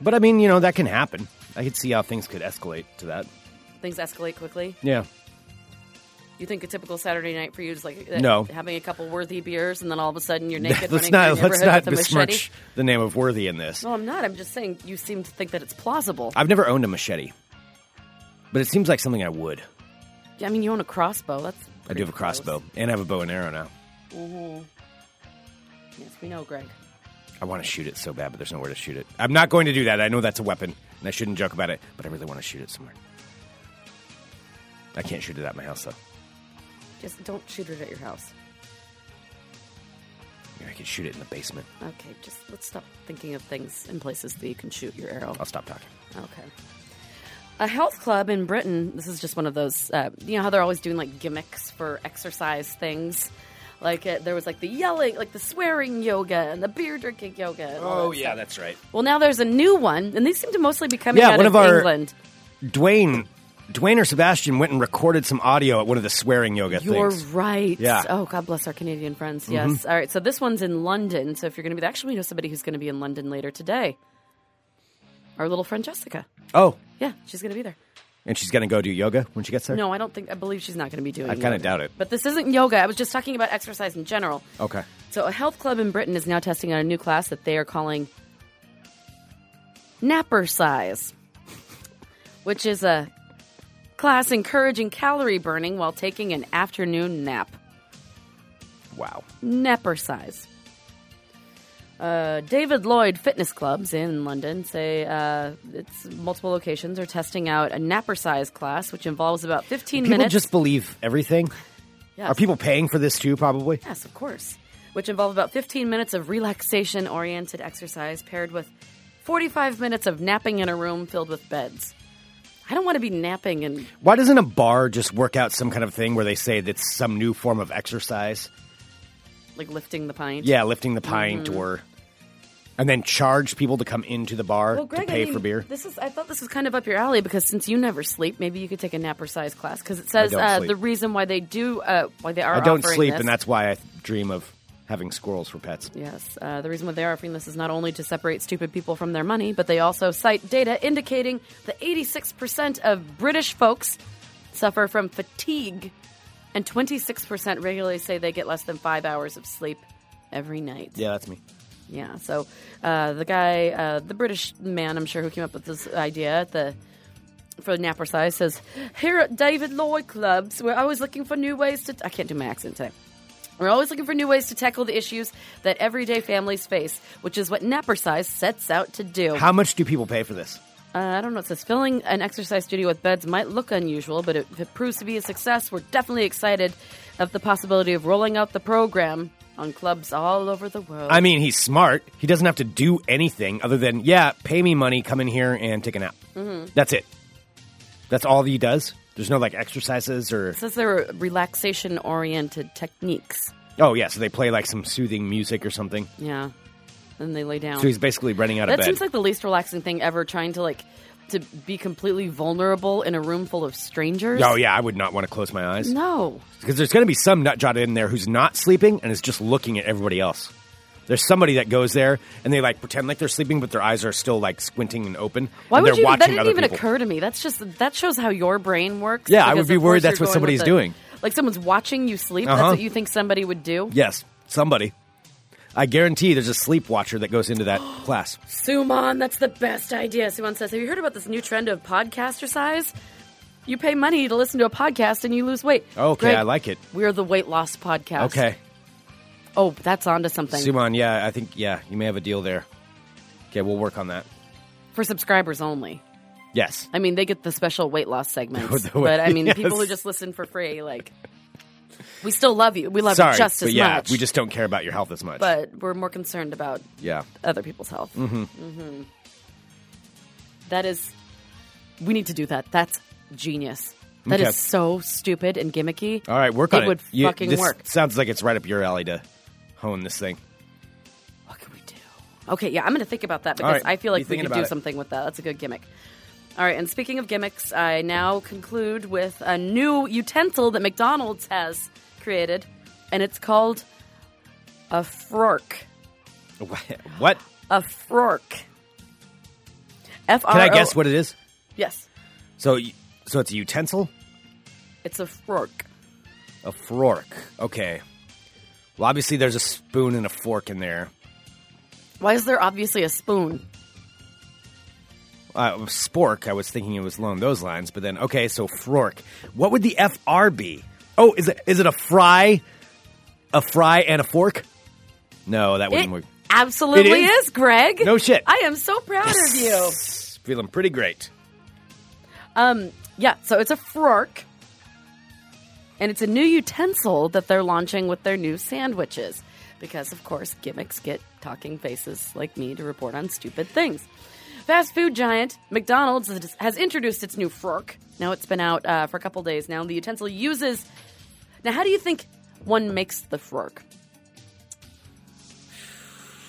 But I mean, you know, that can happen. I could see how things could escalate to that. Things escalate quickly. Yeah. You think a typical Saturday night for you is like uh, No. having a couple worthy beers, and then all of a sudden you're naked. let's running through not your let's not neighborhood with a besmirch machete. the name of Worthy in this. No, I'm not. I'm just saying you seem to think that it's plausible. I've never owned a machete, but it seems like something I would. I mean, you own a crossbow. That's I do have pretty close. a Mm-hmm. crossbow and I have a bow and arrow now. Yes, we know, Greg. I want to shoot it so bad, but there's nowhere to shoot it. I'm not going to do that. I know that's a weapon, and I shouldn't joke about it, but I really want to shoot it somewhere. I can't shoot it at my house, though. Just don't shoot it at your house. Maybe I could shoot it in the basement. Okay, just let's stop thinking of things and places that you can shoot your arrow. I'll stop talking. Okay. A health club in Britain. This is just one of those. Uh, you know how they're always doing like gimmicks for exercise things. Like uh, there was like the yelling, like the swearing yoga and the beer drinking yoga. and all Oh, that yeah, stuff. that's right. Well, now there's a new one, and these seem to mostly be coming Yeah, out one of, of our- England. Dwayne, Dwayne or Sebastian went and recorded some audio at one of the swearing yoga You're things. right. Yeah. Mm-hmm. Oh, God bless our Canadian friends. Yes. All right. So this one's in London. So if you're going to be, actually, we know somebody who's going to be in London later today. Our little friend Jessica. Oh, Yeah, she's going to be there. and she's going to go do yoga when she gets there? No, I don't think. I believe she's not going to be doing. I kinda yoga. doubt it. But this isn't yoga. I was just talking about exercise in general. Okay. So a health club in Britain is now testing out a new class that they are calling napper size, which is a class encouraging calorie burning while taking an afternoon nap. Wow. napper size. Uh, David Lloyd Fitness Clubs in London say uh, its multiple locations are testing out a napper size class, which involves about 15 People minutes. just believe everything. Yes. Are people paying for this too, probably? Yes, of course. Which involve about 15 minutes of relaxation oriented exercise paired with 45 minutes of napping in a room filled with beds. I don't want to be napping in Why doesn't a bar just work out some kind of thing where they say that's some new form of exercise? like lifting the pint. Yeah, lifting the pint Mm-hmm. or. And then charge people to come into the bar Well, Greg, to pay I mean, for beer. This is. I thought this was kind of up your alley because since you never sleep, maybe you could take a napper size class because it says don't uh, sleep. the reason why they do uh, why they are. I don't offering sleep, this- and that's why I dream of having squirrels for pets. Yes, uh, the reason why they are offering this is not only to separate stupid people from their money, but they also cite data indicating that 86% of British folks suffer from fatigue, and 26% regularly say they get less than five hours of sleep every night. Yeah, that's me. Yeah, so uh, the guy, uh, the British man, I'm sure, who came up with this idea at the for napper size says, "Here at David Lloyd clubs, we're always looking for new ways to." I can't do my accent today. We're always looking for new ways to tackle the issues that everyday families face, which is what napper size sets out to do. How much do people pay for this? Uh, I don't know. It says filling an exercise studio with beds might look unusual, but if it proves to be a success, we're definitely excited of the possibility of rolling out the program on clubs all over the world. I mean, he's smart. He doesn't have to do anything other than, yeah, pay me money, come in here and take a nap. Mm-hmm. That's it. That's all he does. There's no like exercises or. It says they're relaxation oriented techniques. Oh, yeah, so they play like some soothing music or something. Yeah. Then they lay down. So he's basically running out of that bed. seems like the least relaxing thing ever trying to like to be completely vulnerable in a room full of strangers. oh, yeah, I would not want to close my eyes. No. Because there's going to be some nut job in there who's not sleeping and is just looking at everybody else. There's somebody that goes there and they like pretend like they're sleeping, but their eyes are still like squinting and open. Why and would they're you that watching didn't other even people. occur to me. That's just that shows how your brain works. Yeah, I because would be of worried course that's you're going what with somebody's the- doing. Like someone's watching you sleep. Uh-huh. That's what you think somebody would do. Yes, somebody. I guarantee there's a sleep watcher that goes into that class. Suman, that's the best idea. Suman says, Have you heard about this new trend of podcaster size? You pay money to listen to a podcast and you lose weight. Okay, Greg, I like it. We are the weight loss podcast. Okay, Oh, that's onto something. Suman. Yeah, I think yeah, you may have a deal there. Okay, we'll work on that. For subscribers only. Yes. I mean, they get the special weight loss segments. The weight- but I mean, people who yes. just listen for free, like, we still love you. We love Sorry, you just but as yeah, much. we just don't care about your health as much. but we're more concerned about yeah, other people's health. Mm Mm-hmm. hmm. That is, we need to do that. That's genius. That is Okay. so stupid and gimmicky. all right, work it on it. would You- fucking this work. Sounds like it's right up your alley to hone this thing. What can we do? Okay, yeah, I'm going to think about that All because right, I feel you like we thinking could about do it. something with that. That's a good gimmick. All right, and speaking of gimmicks, I now conclude with a new utensil that McDonald's has created, and it's called a fork. What? A fork. F R. Can I guess what it is? Yes, So, y- so it's a utensil, it's a fork. a fork. Okay. Well, obviously there's a spoon and a fork in there. Why is there obviously a spoon? Uh, spork. I was thinking it was along those lines, but then okay. So fork. What would the fr be? Oh, is it is it a fry, a fry and a fork? No, that wouldn't It work. absolutely It is? is, Greg. No shit. I am so proud of you. Feeling pretty great. Um, yeah, so it's a fork. And it's a new utensil that they're launching with their new sandwiches. Because, of course, gimmicks get talking faces like me to report on stupid things. Fast food giant McDonald's has- has introduced its new fork. Now it's been out uh, for a couple days now. The utensil uses. Now, how do you think one makes the fork?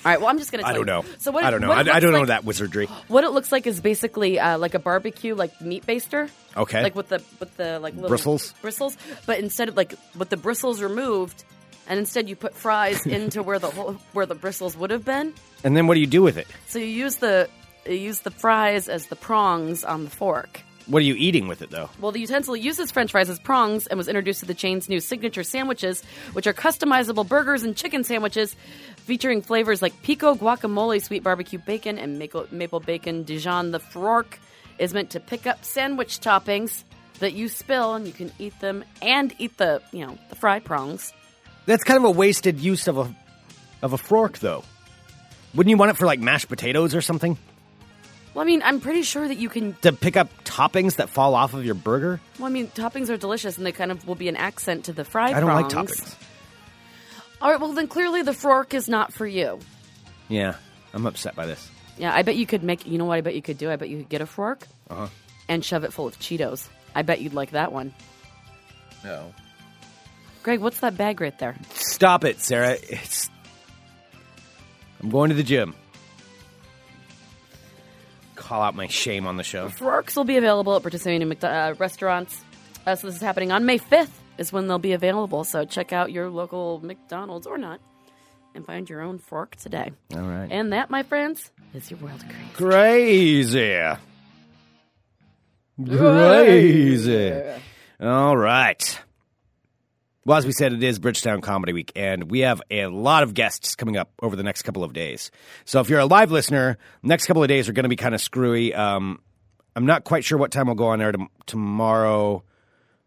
All right. Well, I'm just going to. I don't know. So what? I don't know. what I, it I looks don't know like- that wizardry. what it looks like is basically uh, like a barbecue, like meat baster. Okay. Like with the with the like little Eh, Bristles? bristles. But instead of like with the bristles removed, and instead you put fries into where the whole, where the bristles would have been. And then what do you do with it? So you use the you use the fries as the prongs on the fork. What are you eating with it though? Well, the utensil uses french fries as prongs and was introduced to the chain's new signature sandwiches, which are customizable burgers and chicken sandwiches featuring flavors like pico, guacamole, sweet barbecue bacon, and maple, maple bacon Dijon. The fork is meant to pick up sandwich toppings that you spill and you can eat them and eat the, you know, the fry prongs. That's kind of a wasted use of a of a fork though. Wouldn't you want it for like mashed potatoes or something Well, I mean, I'm pretty sure that you can. to pick up toppings that fall off of your burger? Well, I mean, toppings are delicious and they kind of will be an accent to the fry I don't like prongs. toppings. All right, well, then clearly the fork is not for you. Yeah, I'm upset by this. Yeah, I bet you could make. You know what? I bet you could do. I bet you could get a fork Uh-huh. and shove it full of Cheetos. I bet you'd like that one. No. Greg, what's that bag right there? Stop it, Sarah. It's. I'm going to the gym. Call out my shame on the show. Forks will be available at participating McDo- uh, restaurants. Uh, so this is happening on May 5th is when they'll be available. So check out your local McDonald's or not and find your own fork today. All right. And that, my friends, is your world crazy. Crazy. Crazy. All right. Well, as we said, it is Bridgetown Comedy Week, and we have a lot of guests coming up over the next couple of days. So if you're a live listener, next couple of days are going to be kind of screwy. Um, I'm not quite sure what time we'll go on air tom- tomorrow,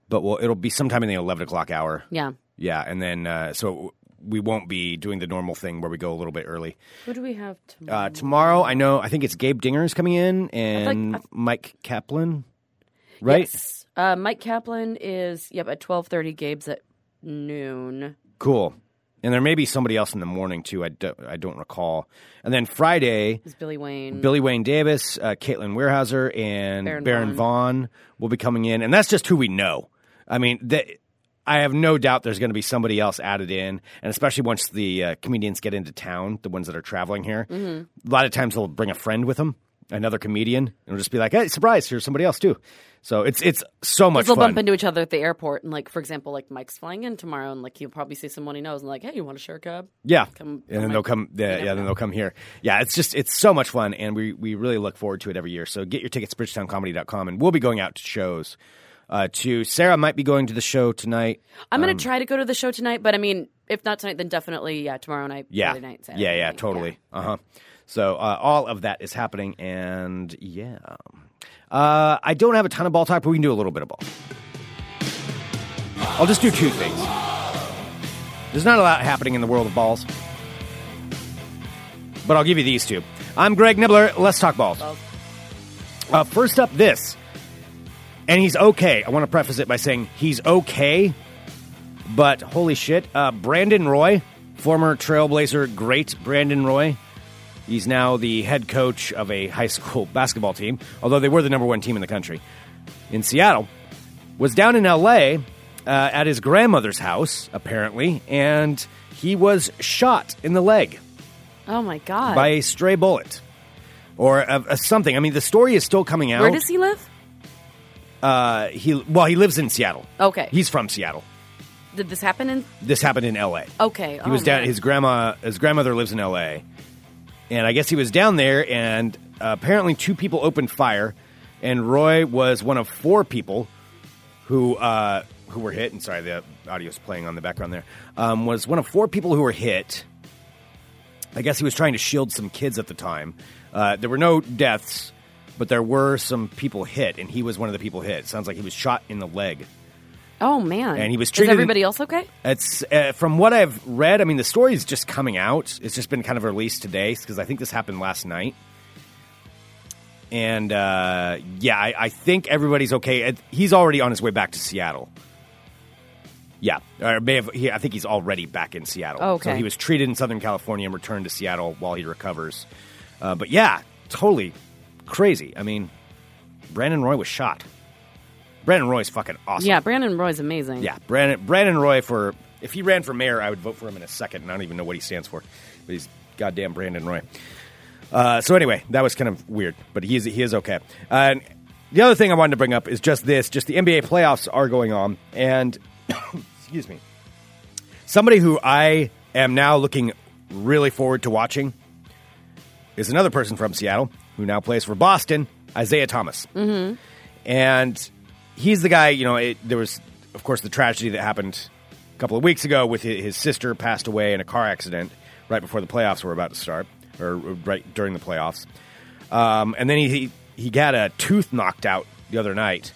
but we'll, it'll be sometime in the 11 o'clock hour. Yeah. Yeah, and then uh, so we won't be doing the normal thing where we go a little bit early. What do we have tomorrow? Uh, tomorrow, I know. I think it's Gabe Dinger's coming in and I- Mike Kaplan, right? Yes. Uh, Mike Kaplan is, yep, at 12.30. Gabe's at noon. Cool. And there may be somebody else in the morning too. I don't, I don't recall. And then Friday, Is Billy Wayne. Billy Wayne Davis, uh, Caitlin Weyerhaeuser, and Baron, Baron Vaughn. will be coming in, and that's just who we know. I mean, th- I have no doubt there's going to be somebody else added in, and especially once the uh, comedians get into town, the ones that are traveling here, Mm-hmm. a lot of times they'll bring a friend with them, another comedian, and it'll just be like, "Hey, surprise! Here's somebody else too." So it's it's so much they'll fun. bump into each other at the airport. And, like, for example, like Mike's flying in tomorrow, and, like, he'll probably see someone he knows and, like, hey, you want to share a cab? Yeah, Come- and then come they'll in. come. Yeah, yeah, then they'll come here. Yeah, it's just it's so much fun, and we we really look forward to it every year. So get your tickets bridgetowncomedy.com, and we'll be going out to shows. Uh, to Sarah might be going to the show tonight. I'm Um, going to try to go to the show tonight, but I mean, if not tonight, then definitely, yeah, tomorrow night, Yeah, Friday night, Saturday yeah, yeah, night. totally. Uh huh. So uh, all of that is happening, and yeah, uh, I don't have a ton of ball talk, but we can do a little bit of ball. I'll just do two things. There's not a lot happening in the world of balls, but I'll give you these two. I'm Greg Nibbler. Let's talk balls. Uh, first up, this. And he's okay. I want to preface it by saying he's okay, but holy shit. Uh, Brandon Roy, former Trailblazer great Brandon Roy, he's now the head coach of a high school basketball team, although they were the number one team in the country in Seattle, was down in LA uh, at his grandmother's house, apparently, and he was shot in the leg Oh, my God. by a stray bullet or a, a something. I mean, the story is still coming out. Where does he live? Uh, he well, he lives in Seattle. Okay. he's from Seattle. Did this happen in. This happened in L.A. Okay. oh, He was down. His grandma, his grandmother lives in L.A. And I guess he was down there, and uh, apparently two people opened fire, and Roy was one of four people who uh, who were hit. And sorry, the audio's playing on the background there. Um, was one of four people who were hit. I guess he was trying to shield some kids at the time. Uh, there were no deaths, but there were some people hit, and he was one of the people hit. Sounds like he was shot in the leg. Oh, man. And he was Is treated in- everybody else okay? It's uh, from what I've read. I mean, the story's just coming out. It's just been kind of released today because I think this happened last night. And uh, yeah, I, I think everybody's okay. Uh, He's already on his way back to Seattle. Yeah, or may have, he, I think he's already back in Seattle. Okay. so he was treated in Southern California and returned to Seattle while he recovers. Uh, but yeah, totally crazy. I mean, Brandon Roy was shot. Brandon Roy's fucking awesome. Yeah, Brandon Roy's amazing. Yeah, Brandon Brandon Roy for if he ran for mayor, I would vote for him in a second, and I don't even know what he stands for, but he's goddamn Brandon Roy. Uh, so anyway, that was kind of weird, but he is he is okay. Uh, and the other thing I wanted to bring up is just this: just the NBA playoffs are going on, and excuse me, somebody who I am now looking really forward to watching is another person from Seattle who now plays for Boston, Isaiah Thomas and he's the guy. You know, it, there was, of course, the tragedy that happened a couple of weeks ago with his, his sister passed away in a car accident right before the playoffs were about to start, or right during the playoffs. Um, and then he, he he got a tooth knocked out the other night.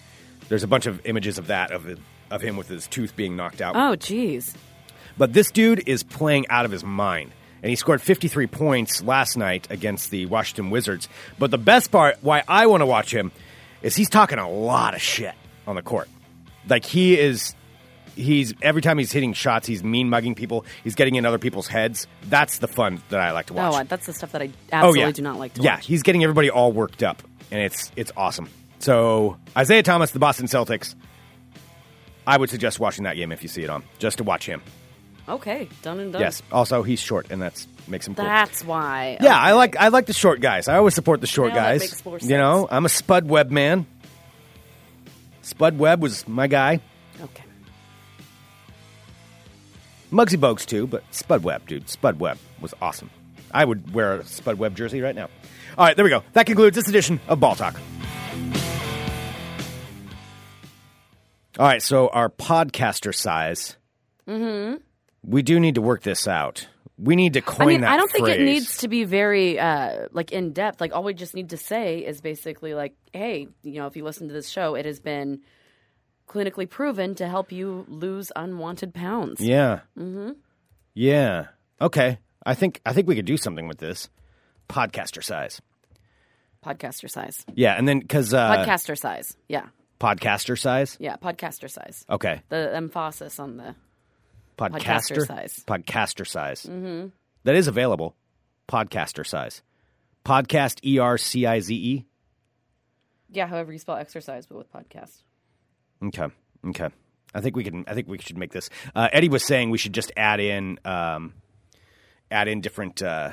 There's a bunch of images of that of of him with his tooth being knocked out. Oh, jeez. But this dude is playing out of his mind. And he scored 53 points last night against the Washington Wizards. But the best part, why I want to watch him, is he's talking a lot of shit on the court. Like he is, he's every time he's hitting shots, he's mean mugging people. He's getting in other people's heads. That's the fun that I like to watch. Oh, that's the stuff that I absolutely oh yeah, do not like to yeah, watch. he's getting everybody all worked up, and it's it's awesome. So Isaiah Thomas, the Boston Celtics. I would suggest watching that game if you see it on, just to watch him. Okay, done and done. Yes. Also, he's short, and that's makes him cool. That's why. yeah, I like I like the short guys. I always support the short Now that guys. makes more You know, sense. I'm a Spud Webb man. Spud Webb was my guy. Oh, Okay. Muggsy Bogues too, but Spud Webb, dude, Spud Webb was awesome. I would wear a Spud Webb jersey right now. All right, there we go. That concludes this edition of Ball Talk. All right, so our podcaster size. Mm-hmm. We do need to work this out. We need to coin I mean, that I don't think it phrase. needs to be very uh, like in depth. Like all we just need to say is basically like, hey, you know, if you listen to this show, it has been clinically proven to help you lose unwanted pounds. Yeah. Mm-hmm. Yeah. Okay. I think I think we could do something with this podcaster size. Podcaster size. Yeah, and then because uh, Podcaster size. Yeah. podcaster size. Yeah. Podcaster size. Okay. The emphasis on the Podcaster, Podcaster size. Podcaster size. Mm-hmm. is available. Podcaster size. Podcast E R C I Z E. yeah, however you spell exercise, but with podcast. Okay. Okay. I think we can. I think we should make this. Uh, Eddie was saying we should just add in, um, add in different uh,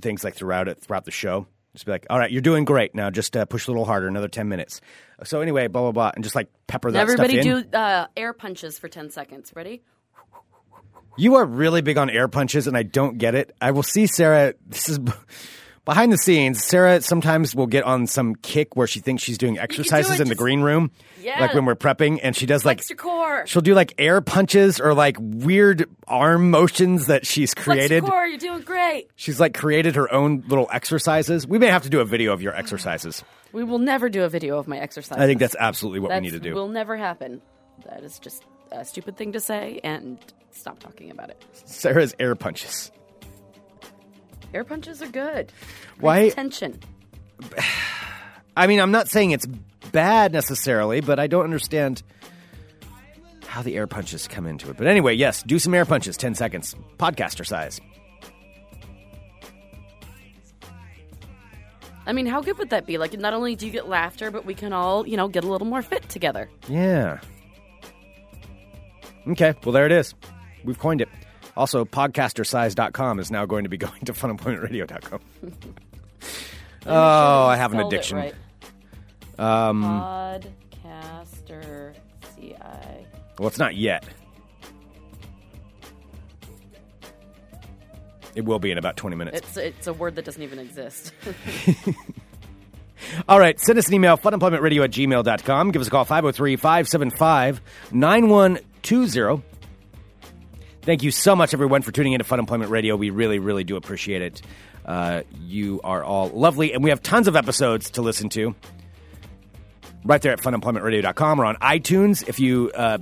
things like throughout it throughout the show. Just be like, all right, you're doing great. Now just uh, push a little harder, another ten minutes. So anyway, blah blah blah, and just like pepper that Everybody stuff in. do uh, air punches for ten seconds. Ready? You are really big on air punches, and I don't get it. I will see Sarah. This is behind the scenes. Sarah sometimes will get on some kick where she thinks she's doing exercises it, in the just- green room, Yeah. like when we're prepping, and she does like Flex your core. she'll do like air punches or like weird arm motions that she's Flex your created. core. You're doing great. She's like created her own little exercises. We may have to do a video of your exercises. We will never do a video of my exercise. I think that's absolutely what That we need to do. Will never happen. That is just a stupid thing to say, and stop talking about it. Sarah's air punches. Air punches are good. Why? Tension. I mean, I'm not saying it's bad necessarily, but I don't understand how the air punches come into it. But anyway, yes, do some air punches, 10 seconds, podcaster size. I mean, how good would that be? Like, not only do you get laughter, but we can all, you know, get a little more fit together. Yeah. Okay, well, there it is. We've coined it. Also, podcastersize.com is now going to be going to funemploymentradio.com. oh, I have an Spelled it addiction. Um, right. Podcaster CI. Well, it's not yet. It will be in about 20 minutes. It's it's a word that doesn't even exist. All right, send us an email, funemploymentradio at gmail.com. Give us a call, 503 575 9120. Thank you so much, everyone, for tuning in to Fun Employment Radio. We really, really do appreciate it. Uh, you are all lovely, and we have tons of episodes to listen to right there at funemploymentradio.com or on iTunes. If you uh,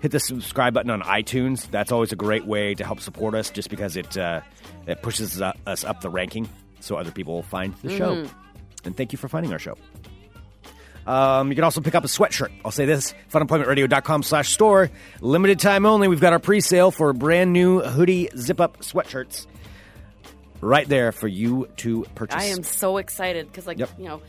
hit the subscribe button on iTunes, that's always a great way to help support us just because it, uh, it pushes uh, us up the ranking so other people will find the show. Mm-hmm. And thank you for finding our show. Um, you can also pick up a sweatshirt. I'll say this, funemploymentradio.com slash store. Limited time only. We've got our pre-sale for brand new hoodie zip-up sweatshirts right there for you to purchase. I am so excited because, like, Yep. you know,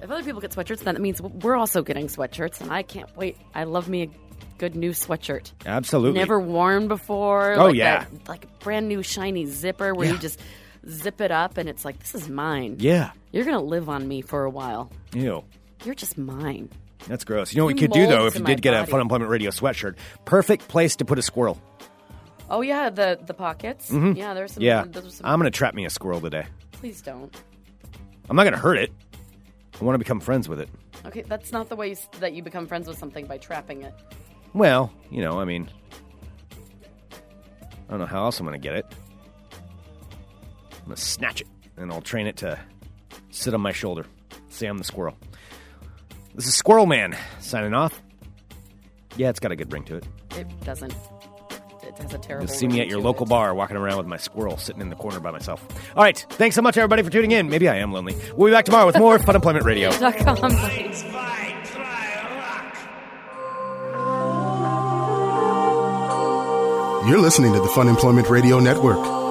if other people get sweatshirts, then it means we're also getting sweatshirts, and I can't wait. I love me a good new sweatshirt. Absolutely. Never worn before. Oh, like yeah. that- like a brand new shiny zipper where Yeah. you just zip it up, and it's like this is mine. Yeah. You're gonna live on me for a while. Ew. You're just mine. That's gross. You know what we You could do though, mold if to you my did get a body. Fun Employment Radio sweatshirt, perfect place to put a squirrel. Oh yeah, the the pockets. Yeah, there's some. Mm-hmm. Yeah, those are some I'm gonna trap me a squirrel today. please don't. I'm not gonna hurt it. I want to become friends with it. Okay, that's not the way you, s- that you become friends with something by trapping it. Well, you know, I mean, I don't know how else I'm gonna get it. I'm gonna snatch it and I'll train it to sit on my shoulder. Say I'm the squirrel. This is Squirrel Man signing off. Yeah, it's got a good ring to it. It doesn't. It has a terrible. You'll see me ring at your to local it. bar walking around with my squirrel sitting in the corner by myself. All right. Thanks so much, everybody, for tuning in. Maybe I am lonely. We'll be back tomorrow with more Fun Employment Radio. You're listening to the Fun Employment Radio Network.